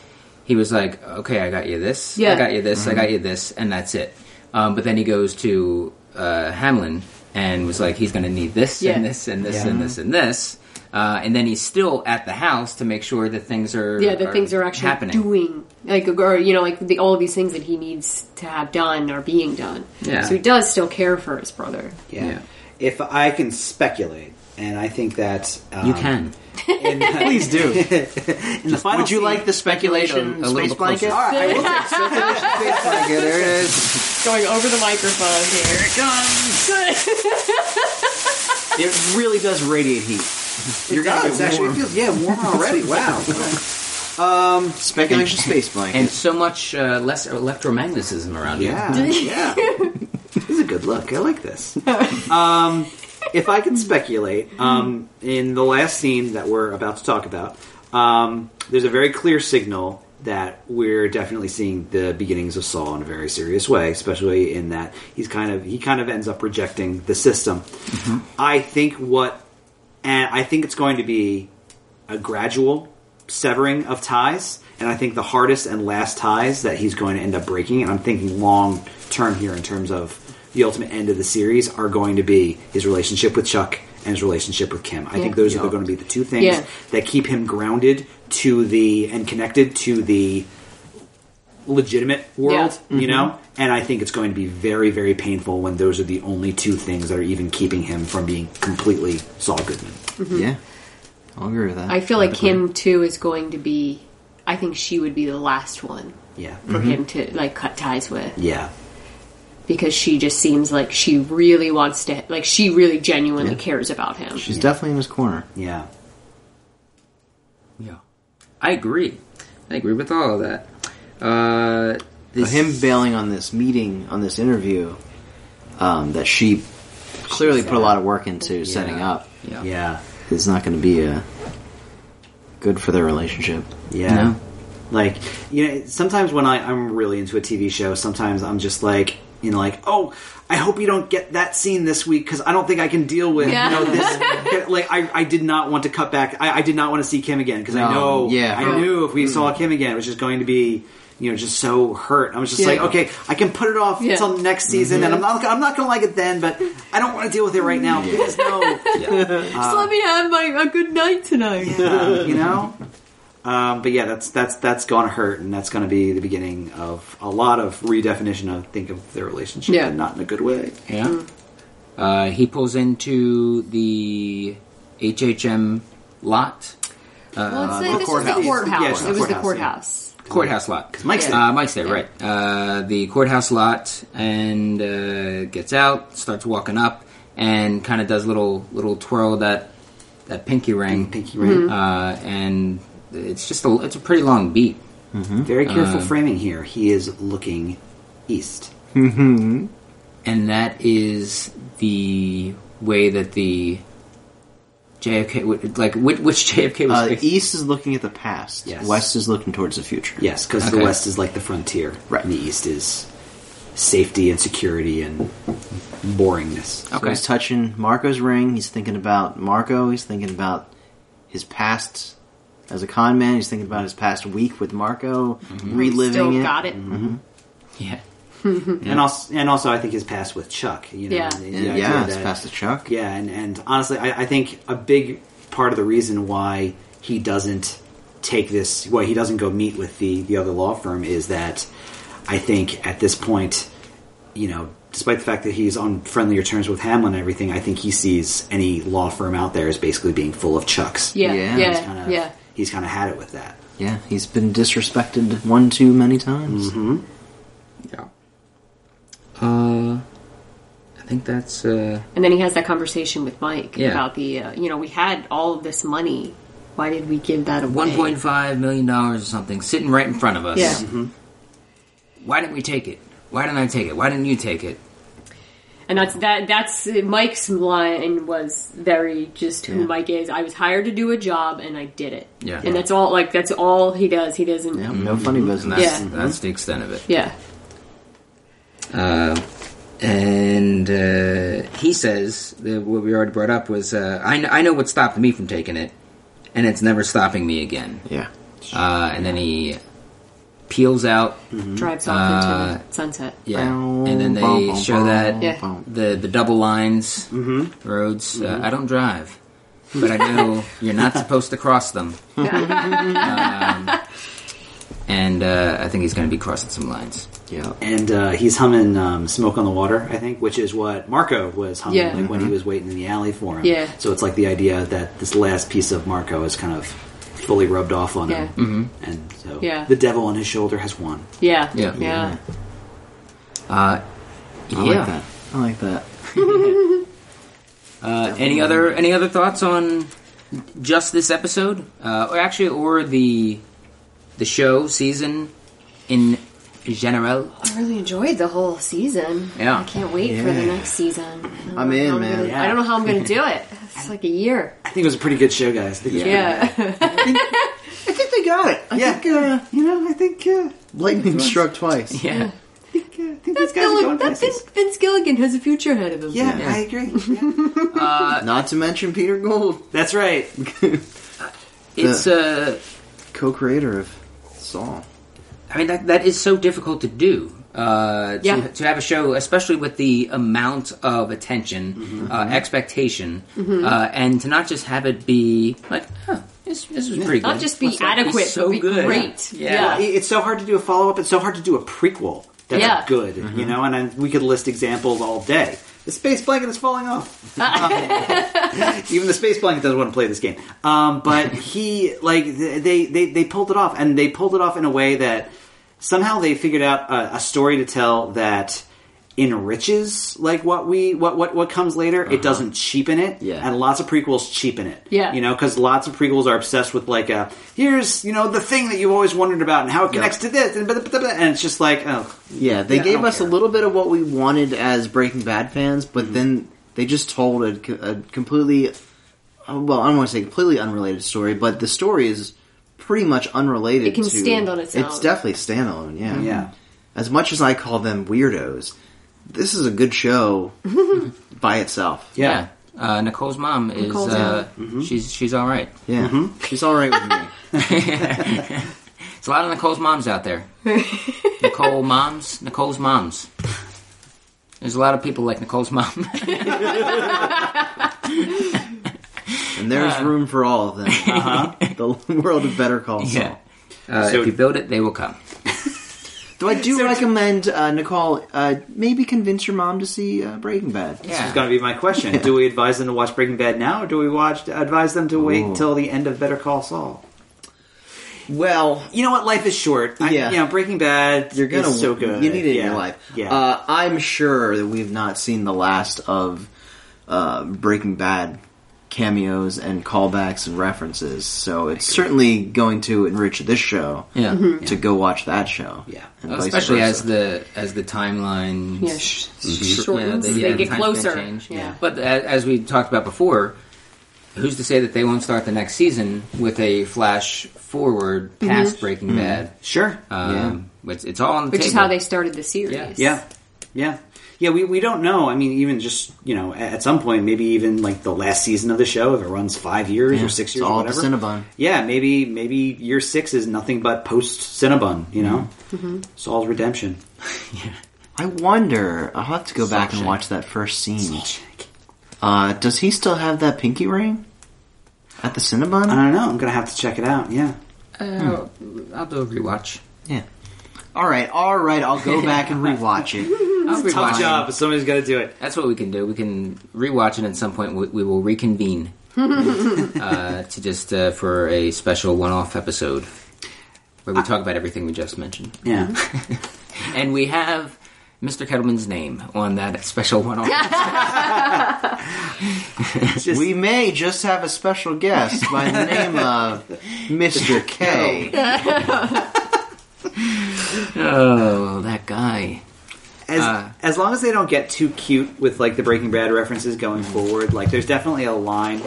B: he was like, "Okay, I got you this. I
D: Yeah.
B: got you
E: Mm-hmm.
B: this. I got you this, and that's it." Um, but then he goes to uh, Hamlin and was like, "He's going to need this and
D: Yeah.
B: this and this
E: Yeah.
B: and this and this." Uh, and then he's still at the house to make sure that things are
D: Yeah, that things are actually
B: happening.
D: doing like or you know like the, all of these things that he needs to have done are being done.
B: Yeah.
D: So he does still care for his brother.
E: Yeah.
B: Yeah.
E: If I can speculate, and I think that um,
B: you can.
E: please do. in the final
C: Would you
E: scene-
C: like the
B: A
C: speculation
B: little
C: space
B: bit
C: blanket?
B: closer.
E: All right, I will take speculation space blanket. There it is.
D: Going over the microphone here.
E: Here it comes.
C: It really does radiate heat.
E: You're
C: gonna get
E: actually
C: warm.
E: it feels yeah warm already. Wow.
C: Speculation space blanket.
B: And so much uh, less electromagnetism around you.
E: Yeah. Yeah. this is a good look. I like this. Um, if I can speculate, um, in the last scene that we're about to talk about, um, there's a very clear signal that we're definitely seeing the beginnings of Saul in a very serious way, especially in that he's kind of he kind of ends up rejecting the system. I think what and I think it's going to be a gradual severing of ties, and I think the hardest and last ties that he's going to end up breaking, and I'm thinking long term here in terms of the ultimate end of the series, are going to be his relationship with Chuck and his relationship with Kim. I think
D: Yeah.
E: those are going to be the two things
D: Yeah.
E: that keep him grounded to the and connected to the legitimate world, you know? And I think it's going to be very, very painful when those are the only two things that are even keeping him from being completely Saul Goodman.
C: yeah, I'll agree with that.
D: I feel like him too is going to be. I think she would be the last one
E: Yeah.
D: for him to like cut ties with
E: Yeah.
D: because she just seems like she really wants to like she really genuinely cares about him.
C: She's definitely in his corner.
E: Yeah.
B: Yeah. I agree. I agree with all of that. Uh,
C: But
B: this,
C: him bailing on this meeting, on this interview, um, that she clearly put a lot of work into setting up,
B: Yeah.
E: Yeah.
C: is not going to be uh good for their relationship.
E: Yeah.
B: No.
E: Like, you know, sometimes when I, I'm really into a TV show, sometimes I'm just like, you know, like, oh, I hope you don't get that scene this week because I don't think I can deal with,
D: Yeah.
E: you know, this. like, I, I did not want to cut back. I, I did not want to see Kim again because I
C: No,
E: know,
C: yeah.
E: I knew
D: Mm.
E: if we saw Kim again, it was just going to be. You know, just so hurt. I was just
D: Yeah.
E: like, okay, I can put it off
D: Yeah. Mm-hmm.
E: until next season, and I'm not, I'm not gonna like it then, but I don't want to deal with it right now because no,
D: Just let me have my a good night tonight.
E: yeah, you know. Um, but yeah, that's that's that's gonna hurt, and that's gonna be the beginning of a lot of redefinition of think of their relationship,
D: Yeah.
E: and not in a good way.
B: Yeah. Uh, he pulls into the HHM lot,
D: Well, it's
E: or
D: like, this was
E: courthouse.
D: the courthouse.
E: Yeah, it's the
D: it was the
E: courthouse,
D: courthouse.
B: courthouse lot. Because
E: Mike's
B: uh, Mike's there, right? Uh, the courthouse lot, and uh, gets out, starts walking up, and kind of does little little twirl that that pinky ring,
E: Pinky ring.
D: Mm-hmm.
B: uh, and it's just a it's a pretty long beat.
E: Very careful
C: Uh,
E: framing here. He is looking east.
B: and that is the way that the JFK, would- like which, which JFK was.
C: Uh,
B: based-
C: East is looking at the past.
E: Yes.
C: West is looking towards the future.
E: Yes, because
B: Okay.
E: the west is like the frontier,
C: Right.
E: And the east is safety and security and boringness.
C: So
B: okay,
C: he's touching Marco's ring. He's thinking about Marco. He's thinking about his past as a con man. He's thinking about his past week with Marco,
B: Mm-hmm.
C: reliving
D: Still
C: it.
D: got it.
B: yeah,
E: And also, and also, I think his past with Chuck. You know,
D: Yeah.
E: the- the
C: And yeah,
E: idea
C: it's
E: that-
C: past the Chuck.
E: Yeah, and, and honestly, I, I think a big part of the reason why he doesn't take this, why he doesn't go meet with the, the other law firm is that I think at this point, you know, despite the fact that he's on friendlier terms with Hamlin and everything, I think he sees any law firm out there as basically being full of chucks.
D: Yeah,
C: Yeah,
D: yeah,
C: it's
E: Kind
D: yeah.
E: of, He's kind of had it with that.
C: Yeah, he's been disrespected one too many times.
B: Mm-hmm. yeah. Uh, I think that's uh,
D: And then he has that conversation with Mike
B: Yeah.
D: about the, uh, you know, we had all of this money. Why did we give that away?
B: one point five million dollars or something sitting right in front of us.
D: Yeah.
B: Why didn't we take it? Why didn't I take it? Why didn't you take it?
D: And that's that. That's Mike's line was very just who
B: Yeah.
D: Mike is. I was hired to do a job, and I did it.
B: Yeah.
D: and that's all. Like that's all he does. He doesn't.
C: Yeah, no funny
B: Mm-hmm. And
C: business.
B: that's,
D: Yeah.
B: that's the extent of it.
D: Yeah.
B: And uh, he says that what we already brought up was uh, I, kn- I know what stopped me from taking it, and it's never stopping me again.
C: Yeah.
B: Uh, and then he peels out.
D: drives off into the sunset.
B: Yeah. And then they show that
D: Yeah.
B: the the double lines roads. Uh, I don't drive, but I know you're not supposed to cross them. um, and uh, I think he's going to be crossing some lines.
C: Yeah.
E: and uh, he's humming um, "Smoke on the Water," I think, which is what Marco was humming
D: Yeah.
E: like, when he was waiting in the alley for him.
D: Yeah.
E: So it's like the idea that this last piece of Marco is kind of fully rubbed off on him,
D: Yeah.
E: mm-hmm. and so
D: Yeah.
E: the devil on his shoulder has won.
D: Yeah.
B: Yeah.
D: Yeah.
C: I
B: yeah.
C: like that. I like that.
B: Uh, any other any other thoughts on just this episode, uh, or actually, or the the show season in general?
D: I really enjoyed the whole season.
B: Yeah.
D: I can't wait for the
C: Yeah.
D: next season. I don't
C: I'm
D: know
C: in,
D: how
C: man.
D: gonna- I don't know how I'm going to do it. It's like a year.
E: I think it was a pretty good show, guys. I think it was
D: Yeah.
C: I think they got it. I
E: Yeah.
C: think uh,
E: pretty- you know, I think uh,
C: lightning struck twice.
B: Yeah,
E: I think, uh, I think
D: That's
E: these guys are
D: Gilli-
E: going
D: that
E: places.
D: Vince, Vince Gilligan has a future ahead of him.
E: Yeah, I agree. Yeah.
D: Uh,
C: Not to mention Peter Gold,
E: That's right.
B: it's uh,
C: co-creator of Saw.
B: I mean that that is so difficult to do. Uh, to,
D: Yeah.
B: to have a show, especially with the amount of attention, uh, expectation,
D: Mm-hmm.
B: uh, and to not just have it be like, oh, this, this was pretty good.
D: Not just be
B: Let's let it
D: adequate,
B: so
D: but be
B: good.
D: great.
B: Yeah.
D: Yeah.
E: It- It's so hard to do a follow up. It's so hard to do a prequel that's
D: Yeah.
E: good, you know. And I, we could list examples all day. The space blanket is falling off. Even the space blanket doesn't want to play this game. Um, but he, like, th- they, they they pulled it off, and they pulled it off in a way that somehow they figured out a, a story to tell that enriches like what we what what what comes later it doesn't cheapen it
C: Yeah.
E: and lots of prequels cheapen it
D: Yeah.
E: you know because lots of prequels are obsessed with like a here's you know the thing that you always wondered about and how it connects to this and, blah, blah, blah, blah, and it's just like oh
C: Yeah, they
E: Yeah, I
C: gave
E: don't
C: us
E: care.
C: a little bit of what we wanted as Breaking Bad fans, but then they just told a, co- a completely, uh, well, I don't want to say completely unrelated story, but the story is pretty much unrelated.
D: It can
C: to-
D: stand on its
C: It's
D: own.
C: definitely standalone. Yeah,
E: Yeah.
C: As much as I call them weirdos, this is a good show by itself.
B: Yeah. Uh, Nicole's mom is
D: Nicole's
B: uh, she's she's all right.
C: Yeah, Mm-hmm. she's all right with me.
B: It's a lot of Nicole's moms out there. Nicole moms, Nicole's moms. There's a lot of people like Nicole's mom.
C: And there's
B: Uh,
C: room for all of them.
B: uh-huh.
C: the world of Better Call Saul.
B: Uh,
E: So-
B: if you build it, they will come.
C: Though I do
E: So-
C: recommend uh, Nicole, uh, maybe convince your mom to see uh, Breaking Bad.
E: It's going to be my question. Do we advise them to watch Breaking Bad now, or do we watch advise them to wait until the end of Better Call Saul?
C: Well,
E: You know what? Life is short. I,
C: Yeah.
E: you know Breaking Bad.
C: you're gonna
E: is so good.
C: You need it
E: yeah.
C: in your life.
E: Yeah,
C: Uh, I'm sure that we've not seen the last of uh, Breaking Bad cameos and callbacks and references. So it's certainly going to enrich this show.
B: Yeah. Mm-hmm.
C: To go watch that show.
E: Yeah.
C: And vice
B: Especially as
C: versa.
B: the as the timeline
D: Yeah, sh- shortens.
B: the-
D: They
B: the
D: get
B: timespan
D: closer.
B: change.
D: Yeah.
B: But as, as we talked about before, who's to say that they won't start the next season with a flash forward
D: Mm-hmm.
B: past Breaking Bad?
E: sure.
C: uh,
B: Um, it's, it's all on the
D: Which
B: table.
D: is how they started the series.
B: Yeah.
E: yeah, yeah, yeah. We we don't know. I mean, even just you know, a- at some point, maybe even like the last season of the show, if it runs five years
C: Yeah,
E: or six
C: it's
E: years, or
C: all up to
E: whatever.
C: Cinnabon.
E: Yeah, maybe maybe year six is nothing but post Cinnabon. You know, Saul's redemption.
C: I wonder. I'll have to go back and watch that first scene. Uh, does he still have that pinky ring at the Cinnabon?
E: I don't know. I'm gonna have to check it out. Yeah.
B: Uh, I'll do a rewatch.
C: Yeah. All right, all right. I'll go back and rewatch it.
B: I'll rewatch.
E: Tough job, but somebody's got to do it.
B: That's what we can do. We can rewatch it and at some point. We, we will reconvene uh, to just uh, for a special one-off episode where we talk about everything we just mentioned,
E: Yeah.
B: and we have Mr. Kettleman's name on that special one-off.
E: Just-
C: We may just have a special guest by the name of Mr. K.
B: oh, that guy.
E: as
B: Uh.
E: as long as they don't get too cute with like the Breaking Bad references going forward, like there's definitely a line,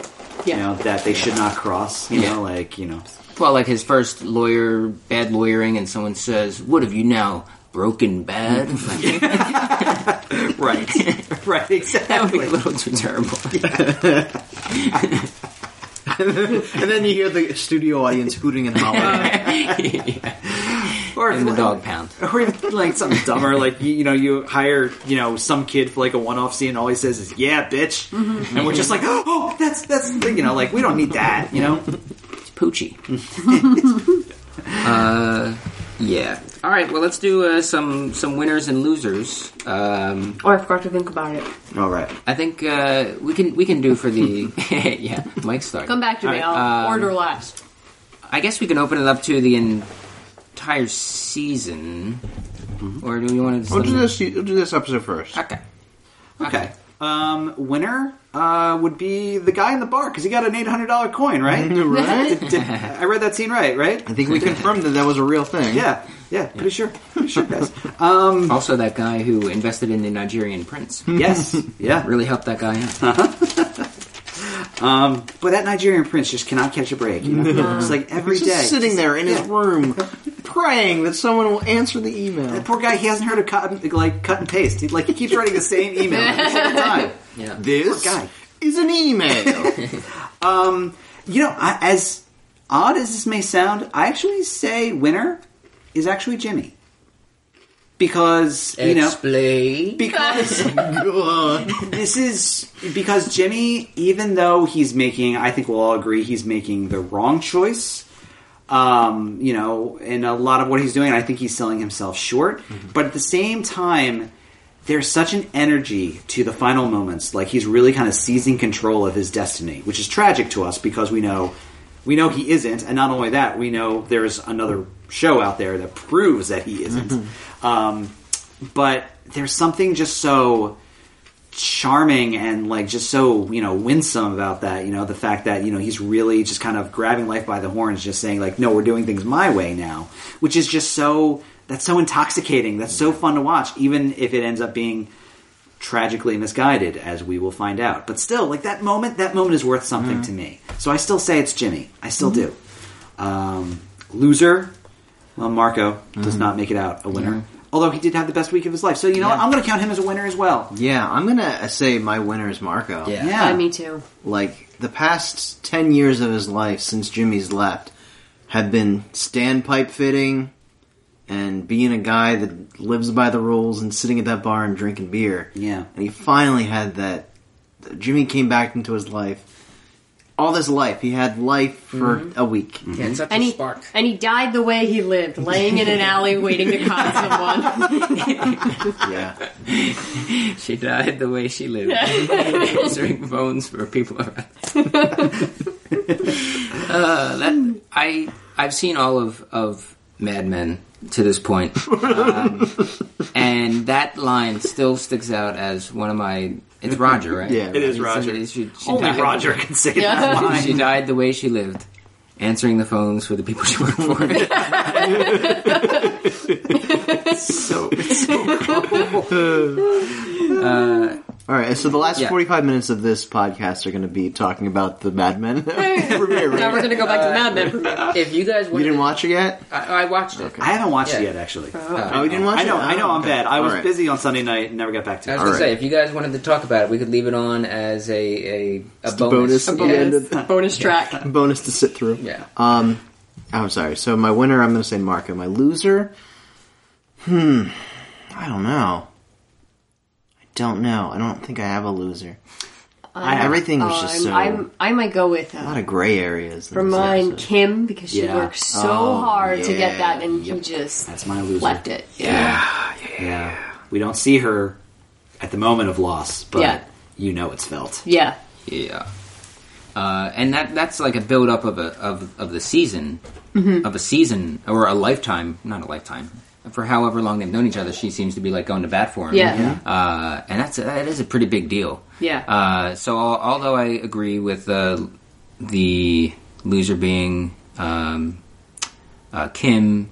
D: Yeah.
E: you know, that they should not cross. You
B: Yeah.
E: know, like you know,
B: Well, like his first lawyer, bad lawyering, and someone says, "What have you now broken bad?" Like,
E: right, right,
B: that would be
E: exactly.
B: a little too terrible.
C: and then you hear the studio audience hooting and hollering.
E: Or
B: In the dog pound.
E: or even like something dumber, like you, you know, you hire you know some kid for like a one-off scene, and all he says is "yeah, bitch,"
C: Mm-hmm.
E: and we're just like, oh, that's that's you know, like we don't need that, you know.
B: It's Poochie. uh, yeah. All right. Well, let's do uh, some some winners and losers. Um,
D: Or Oh, I forgot to think about it.
C: All right.
B: I think uh, we can we can do for the yeah Mike Stark.
D: Come back to me.
E: All right,
D: I'll order last.
B: I guess we can open it up to the entire season,
E: Mm-hmm.
B: or do we want to? Just
C: We'll
B: let
C: do
B: me-
C: this. We'll do this episode first.
B: Okay.
E: Okay. Um, winner uh, would be the guy in the bar because he got an eight hundred dollar coin, right?
C: Mm-hmm. Right?
E: Did- I read that scene right, right?
C: I think we confirmed that that was a real thing.
E: Yeah, yeah, pretty sure, pretty sure, guys.
B: Also, that guy who invested in the Nigerian prince
E: yes, yeah.
B: really helped that guy out.
E: But that Nigerian prince just cannot catch a break. You know, it's like every
C: He's
E: day,
C: just sitting there in his
E: Yeah.
C: room, praying that someone will answer the email.
E: That poor guy, he hasn't heard of cut and, like cut and paste. He, like he keeps writing the same email every single time.
B: Yeah.
C: This
E: Poor guy.
C: is an email.
E: You know, I, as odd as this may sound, I actually say winner is actually Jimmy because you know
B: Explain.
E: because
C: Go on.
E: this is because Jimmy, even though he's making, I think we'll all agree, he's making the wrong choice. Um, you know, in a lot of what he's doing, I think he's selling himself short. But at the same time, there's such an energy to the final moments. Like he's really kind of seizing control of his destiny, which is tragic to us because we know we know he isn't, and not only that, we know there's another show out there that proves that he isn't. um, but there's something just so charming and like just so you know winsome about that you know the fact that you know he's really just kind of grabbing life by the horns just saying like no we're doing things my way now which is just so that's so intoxicating that's so fun to watch even if it ends up being tragically misguided as we will find out but still like that moment that moment is worth something to me so i still say it's jimmy i still do um, loser well marco does not make it out a winner although he did have the best week of his life so you know what i'm going to count him as a winner as well
C: Yeah, I'm gonna say my winner is Marco.
B: Yeah.
E: yeah
D: Uh, me too.
C: Like the past ten years of his life since Jimmy's left have been standpipe fitting and being a guy that lives by the rules and sitting at that bar and drinking beer.
E: Yeah.
C: And he finally had that. Jimmy came back into his life. All this life. He had life for
B: Mm-hmm.
C: a week.
B: Yeah, it's such
D: And
B: a
D: he,
B: spark.
D: and he died the way he lived, laying in an alley waiting to cause someone.
C: Yeah.
B: She died the way she lived, answering phones for people around. uh, that I I've seen all of of Mad Men to this point, um, and that line still sticks out as one of my. It's Roger, right?
C: Yeah. It is
B: He says
E: Roger.
B: that She, she
E: Only
B: died-
E: Roger can say
D: Yeah.
E: that line.
B: She died the way she lived, answering the phones for the people she worked for.
E: So
C: All right. So the last
B: Yeah.
C: 45 minutes of this podcast are going to be talking about the Mad Men premiere.
D: now we're
C: right?
D: going to go back to Mad Men.
B: if you guys,
C: You didn't watch it yet?
B: I, I watched it.
E: I haven't watched it
B: Yeah.
E: yet, actually. Uh,
C: Oh, you didn't watch
E: I
C: it?
E: know, I know, I'm
C: okay.
E: bad. I was
C: All right.
E: busy on Sunday night and never got back
B: I
E: to
B: was
E: it.
B: gonna
C: All
B: say,
C: right.
B: if you guys wanted to talk about it, we could leave it on as a a, a
C: the
B: bonus.
C: bonus at the
B: Yeah.
C: end
D: Yes. Bonus track.
C: Bonus to sit through.
B: Yeah.
C: Um, oh, I'm sorry. So my winner, I'm going to say Marco. My loser, hmm, I don't know. I don't know. I don't think I have a loser.
E: I have-
C: Everything was
D: Um,
C: just so
D: I'm, I might go with
C: a
D: uh,
C: lot of gray areas. in
D: for
C: this
D: mine,
C: episode.
D: Kim, because she
E: Yeah.
D: worked so
C: Oh,
D: hard to
C: yeah.
D: get that, and he
C: Yep.
D: just
E: That's my loser.
D: left it.
E: Yeah. We don't see her at the moment of loss, but
D: Yeah.
E: you know it's felt.
D: Yeah.
B: Yeah, uh, and that that's like a build up of a of, of the season
C: Mm-hmm.
B: of a season or a lifetime, not a lifetime. For however long they've known each other, she seems to be like going to bat for him.
D: Yeah. Mhm.
B: uh, and that's that is a pretty big deal.
D: Yeah.
B: Uh, so al- although I agree with uh, the loser being um, uh, Kim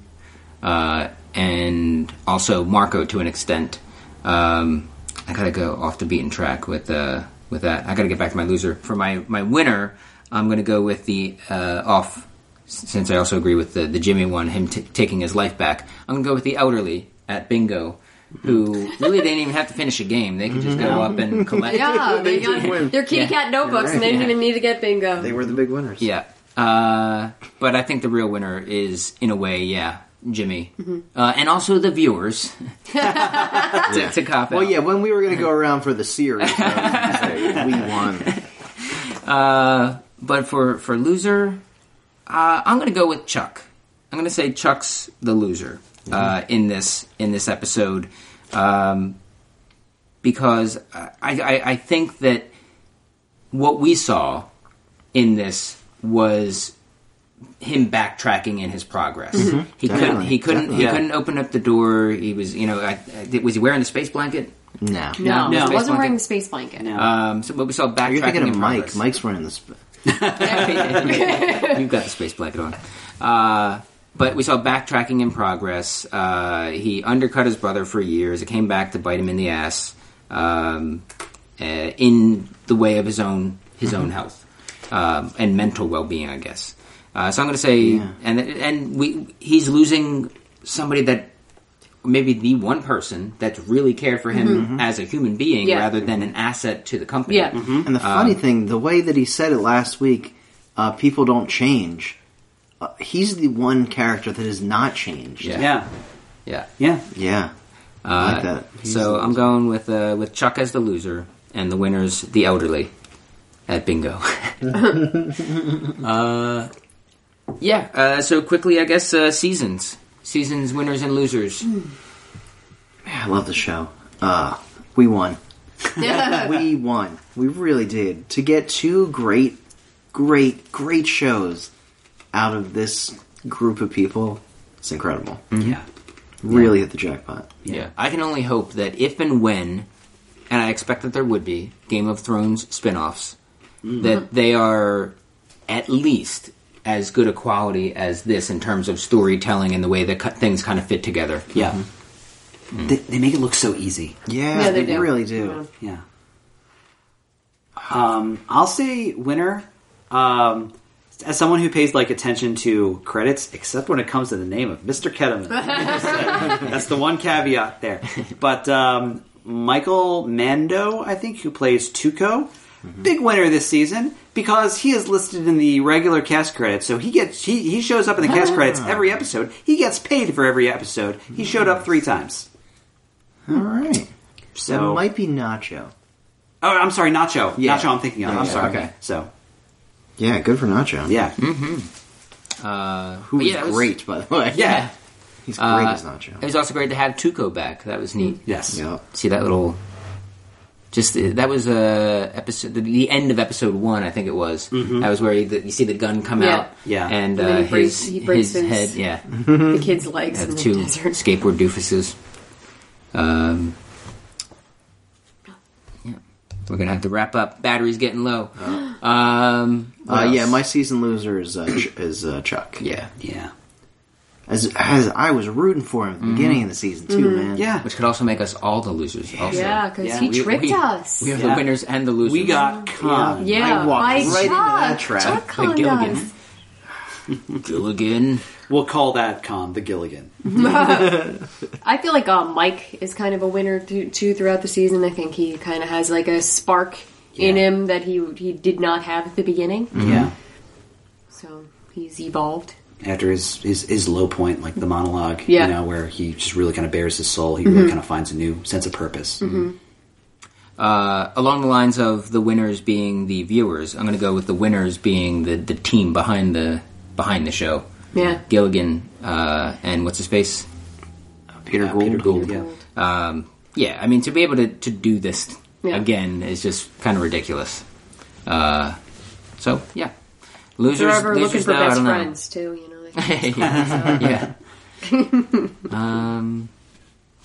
B: uh, and also Marco to an extent. Um, I gotta go off the beaten track with uh, with that. I gotta get back to my loser. For my my winner, I'm gonna go with the uh, off. Since I also agree with the the Jimmy one, him t- taking his life back. I'm gonna go with the elderly at bingo. Who really didn't even have to finish a game; they could just go up and collect.
D: Yeah, they
C: did win.
D: got their kitty
B: Yeah.
D: cat notebooks, and they didn't
B: Yeah.
D: even need to get bingo.
C: They were the big winners.
B: Yeah. Uh, but I think the real winner is, in a way, yeah, Jimmy. Uh, and also the viewers. to, to cop
C: Well,
B: out.
C: Oh, yeah, when we were going to go around for the series, I was gonna say, we won.
B: But for, for loser, uh, I'm going to go with Chuck. I'm going to say Chuck's the loser uh,
C: Mm-hmm.
B: in this in this episode um, because I, I, I think that what we saw in this was him backtracking in his progress. He couldn't.
C: Mm-hmm. Definitely,
B: He couldn't. He
E: definitely.
B: couldn't open up the door. He was. You know. I, I, was he wearing the space blanket?
C: No.
D: no,
E: no.
D: it
E: Space
D: wasn't wearing
B: blanket.
D: the space blanket.
B: Um, so, but we saw backtracking.
C: You're thinking of
B: in
C: Mike.
B: progress.
C: Mike's wearing this.
B: You've got the space blanket on. Uh, but we saw backtracking in progress. Uh, he undercut his brother for years. It came back to bite him in the ass um, uh, in the way of his own his
D: Mm-hmm.
B: own health um, and mental well being, I guess. Uh, so I'm going to say, and and we he's losing somebody that maybe the one person that's really cared for him as a human being
D: Mm-hmm. Yeah.
B: rather than an asset to the company.
D: yeah, Mm-hmm.
C: And the funny thing, the way that he said it last week, uh, people don't change. Uh, he's the one character that has not changed.
B: Yeah.
E: Yeah,
B: yeah.
E: yeah.
C: Yeah. I like that. He's
B: so
C: the-
B: I'm going with uh, with Chuck as the loser and the winners the elderly at bingo. uh, yeah. Uh, so quickly, I guess uh, seasons, seasons, winners and losers.
C: I love the show. Uh, we won. we won. We really did. To get two great, great, great shows out of this group of people, it's incredible.
E: Yeah.
C: Really hit the jackpot.
B: Yeah. I can only hope that if and when, and I expect that there would be Game of Thrones spin-offs, that they are at least as good a quality as this in terms of storytelling and the way that cut things kind of fit together.
E: Yeah. They, they make it look so easy.
C: Mm-hmm. Yeah,
D: Yeah,
C: they,
D: they do.
C: really do.
E: Yeah. Um, I'll say winner. Um, as someone who pays like attention to credits, except when it comes to the name of Mr. Ketterman, that's the one caveat there. But um, Michael Mando, I think, who plays Tuco, big winner this season because he is listed in the regular cast credits. So he gets he, he shows up in the cast credits every episode. He gets paid for every episode. He showed up three times.
C: All right. That
E: So
C: might be Nacho.
E: Oh, I'm sorry, Nacho.
C: Yeah.
E: Nacho, I'm thinking of. I'm
C: Nacho,
E: sorry.
C: okay.
E: So, hmm?
C: Yeah, good for Nacho.
E: yeah.
B: Uh,
C: Who
B: but
C: is
B: yeah, it was-
C: great, by the way.
B: Yeah.
C: He's great
B: Uh,
C: as
B: It
C: Nacho.
B: was also great to have Tuco back. That was neat.
E: Yes.
C: Yeah.
B: See that little. Just uh, that was uh, episode the, the end of episode one, I think it was. That was where you, the, you see the gun come
D: Yeah.
B: out,
E: Mm-hmm. Yeah.
B: and,
D: And then
B: uh,
D: he breaks-
B: his
D: he breaks
B: his
D: his-
B: head, yeah,
D: the kids' legs in
B: Have
D: the
B: two
D: desert.
B: skateboard doofuses. Um, yeah, we're gonna have to wrap up. Battery's getting low.
E: Uh,
B: um, what
C: Uh, yeah,
B: else?
C: my season loser is uh, Ch- is uh, Chuck.
B: yeah,
E: Yeah.
C: as, as I was rooting for him at the beginning of the season too,
B: Mm-hmm.
C: man.
E: Yeah.
B: which could also make us all the losers. Also,
D: Yeah, because
E: Yeah,
D: he
E: we-
D: tricked
B: we,
D: us.
B: We are the
E: Yeah.
B: winners and the losers.
E: We got con.
D: yeah,
C: I walked
D: by
C: right into that
D: Chuck.
C: trap.
D: Chuck
B: Like
D: conned
B: Gilligan.
D: us.
B: Gilligan.
E: We'll call that con the Gilligan.
D: I feel like uh, Mike is kind of a winner too, too throughout the season. I think he kind of has like a spark in
E: Yeah. Mm-hmm.
D: him that he he did not have at the beginning.
C: Mm-hmm.
E: Yeah.
D: So he's evolved.
E: After his, his his low point, like the monologue,
D: Yeah. Mm-hmm.
E: you know, where he just really kind of bears his soul. He really kind of finds a new sense of purpose.
B: Uh, along the lines of the winners being the viewers, I'm going to go with the winners being the, the team behind the behind the show.
D: Yeah.
B: Gilligan uh, and what's his face?
C: Peter
E: Uh,
C: Gould.
E: Peter Gould. Yeah.
B: Um, yeah, I mean to be able to, to do this
D: Yeah.
B: again is just kind of ridiculous. Uh, so yeah, losers.
D: They're ever looking
B: losers
D: for
B: though, I
D: best
B: don't know.
D: friends too. You know. They-
B: yeah. yeah. um,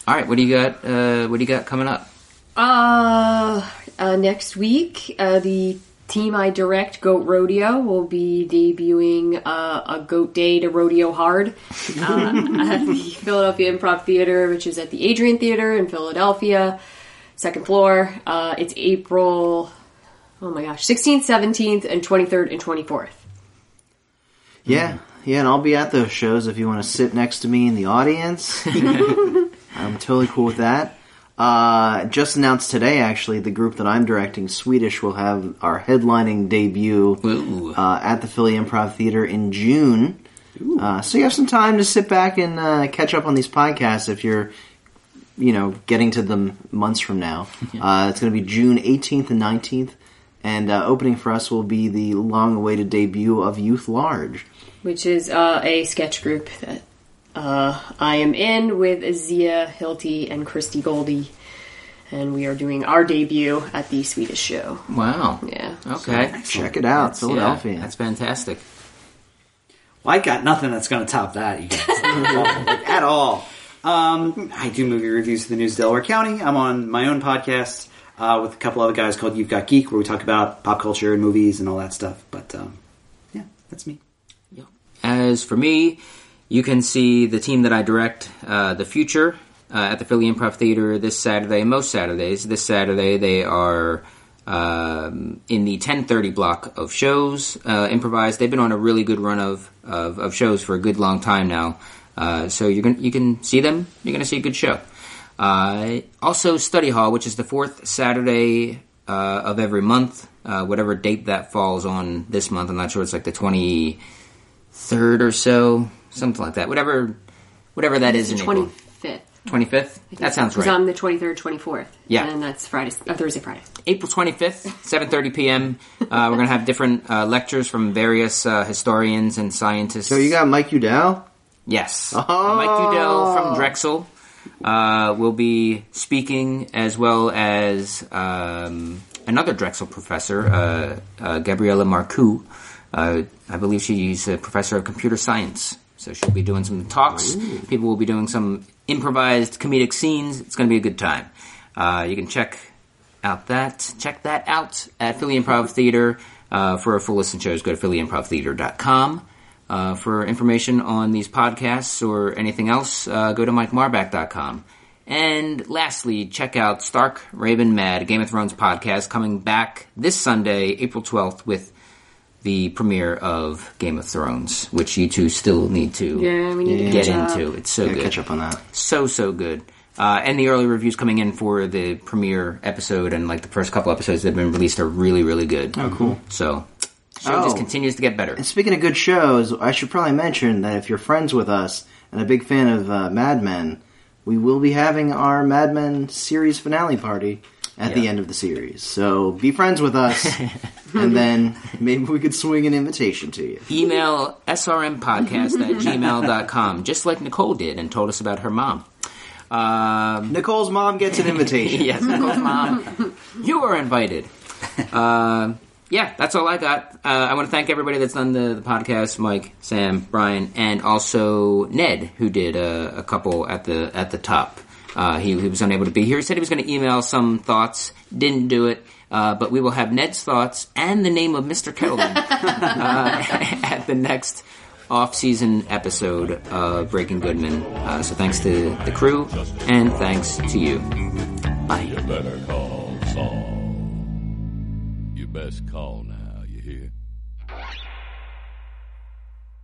B: all right, what do you got? Uh, what do you got coming up?
D: Uh, uh, next week, uh, the team I direct, Goat Rodeo, will be debuting uh, a Goat Day to Rodeo Hard uh, at the Philadelphia Improv Theater, which is at the Adrian Theater in Philadelphia, second floor. Uh, it's April, oh my gosh, 16th, 17th, and 23rd and 24th.
C: Yeah, yeah, and I'll be at those shows if you want to sit next to me in the audience. I'm totally cool with that. Uh, just announced today, actually, the group that I'm directing, Swedish, will have our headlining debut
B: Ooh.
C: uh, at the Philly Improv Theater in June. Uh, so you have some time to sit back and uh, catch up on these podcasts if you're, you know, getting to them months from now. Uh, it's going to be June 18th and 19th, and uh, opening for us will be the long-awaited debut of Youth Large.
D: which is uh, a sketch group that uh, I am in with Zia Hilty and Christy Goldie, and we are doing our debut at the Swedish show.
B: Wow.
D: Yeah.
B: Okay.
C: Check it out,
B: yeah,
C: Philadelphia.
B: that's fantastic.
E: Well, I got nothing that's going to top that, you guys. Like, at all. Um, I do movie reviews for the News of Delaware County. I'm on my own podcast uh, with a couple other guys called You've Got Geek, where we talk about pop culture and movies and all that stuff. But um, yeah, that's me.
B: As for me, you can see the team that I direct, uh, The Future, uh, at the Philly Improv Theater this Saturday, most Saturdays. This Saturday, they are um, in the 1030 block of shows, uh, improvised. They've been on a really good run of, of, of shows for a good long time now. Uh, so you're gonna, you can see them, you're going to see a good show. Uh, also, Study Hall, which is the fourth Saturday uh, of every month, uh, whatever date that falls on this month. I'm not sure. It's like the 23rd or so, something like that. Whatever, whatever that is in
D: Twenty
B: April.
D: fifth.
B: 25th. That sounds right.
D: Because I'm the 23rd, 24th.
B: Yeah.
D: And that's Friday, uh, Thursday, Friday.
B: April 25th, 7:30 p.m. Uh, we're going to have different uh, lectures from various uh, historians and scientists.
C: So you got Mike Udall?
B: Yes. Mike Udell
C: Oh.
B: from Drexel uh, will be speaking, as well as um, another Drexel professor, uh, uh, Gabriella Marcoux. Uh, I believe she's a professor of computer science. So she'll be doing some talks. People will be doing some improvised comedic scenes. It's going to be a good time. Uh, you can check out that. Check that out at Philly Improv Theater. Uh, for a full list of shows, go to phillyimprovtheater.com. Uh, for information on these podcasts or anything else, uh, go to mikemarbach.com. And lastly, check out Stark, Raven, Mad, Game of Thrones podcast coming back this Sunday, April 12th, with the premiere of Game of Thrones, which you two still need to
D: Yeah, we need to
B: get
D: catch up.
B: into. It's so
C: Yeah,
B: good
C: catch up on that.
B: so so good. Uh, and the early reviews coming in for the premiere episode and like the first couple episodes that have been released are really really good. Oh, cool! So, show
C: Oh.
B: just continues to get better.
C: And speaking of good shows, I should probably mention that if you're friends with us and a big fan of uh, Mad Men, we will be having our Mad Men series finale party at the end of the series. So be friends with us, and then maybe we could swing an invitation to you.
B: Email srmpodcast at gmail.com, just like Nicole did and told us about her mom. Um,
C: Nicole's mom gets an invitation.
B: yes, Nicole's mom, you are invited. Uh, yeah, that's all I got. Uh, I want to thank everybody that's done the, the podcast: Mike, Sam, Brian, and also Ned, who did uh, a couple at the at the top. Uh, he, he was unable to be here. He said he was going to email some thoughts, didn't do it. Uh, but we will have Ned's thoughts and the name of Mr. Kettleman uh, at the next off-season episode of Breaking Goodman. Uh, so thanks to the crew, and thanks to you.
A: You better call Saul. You best call now, you hear?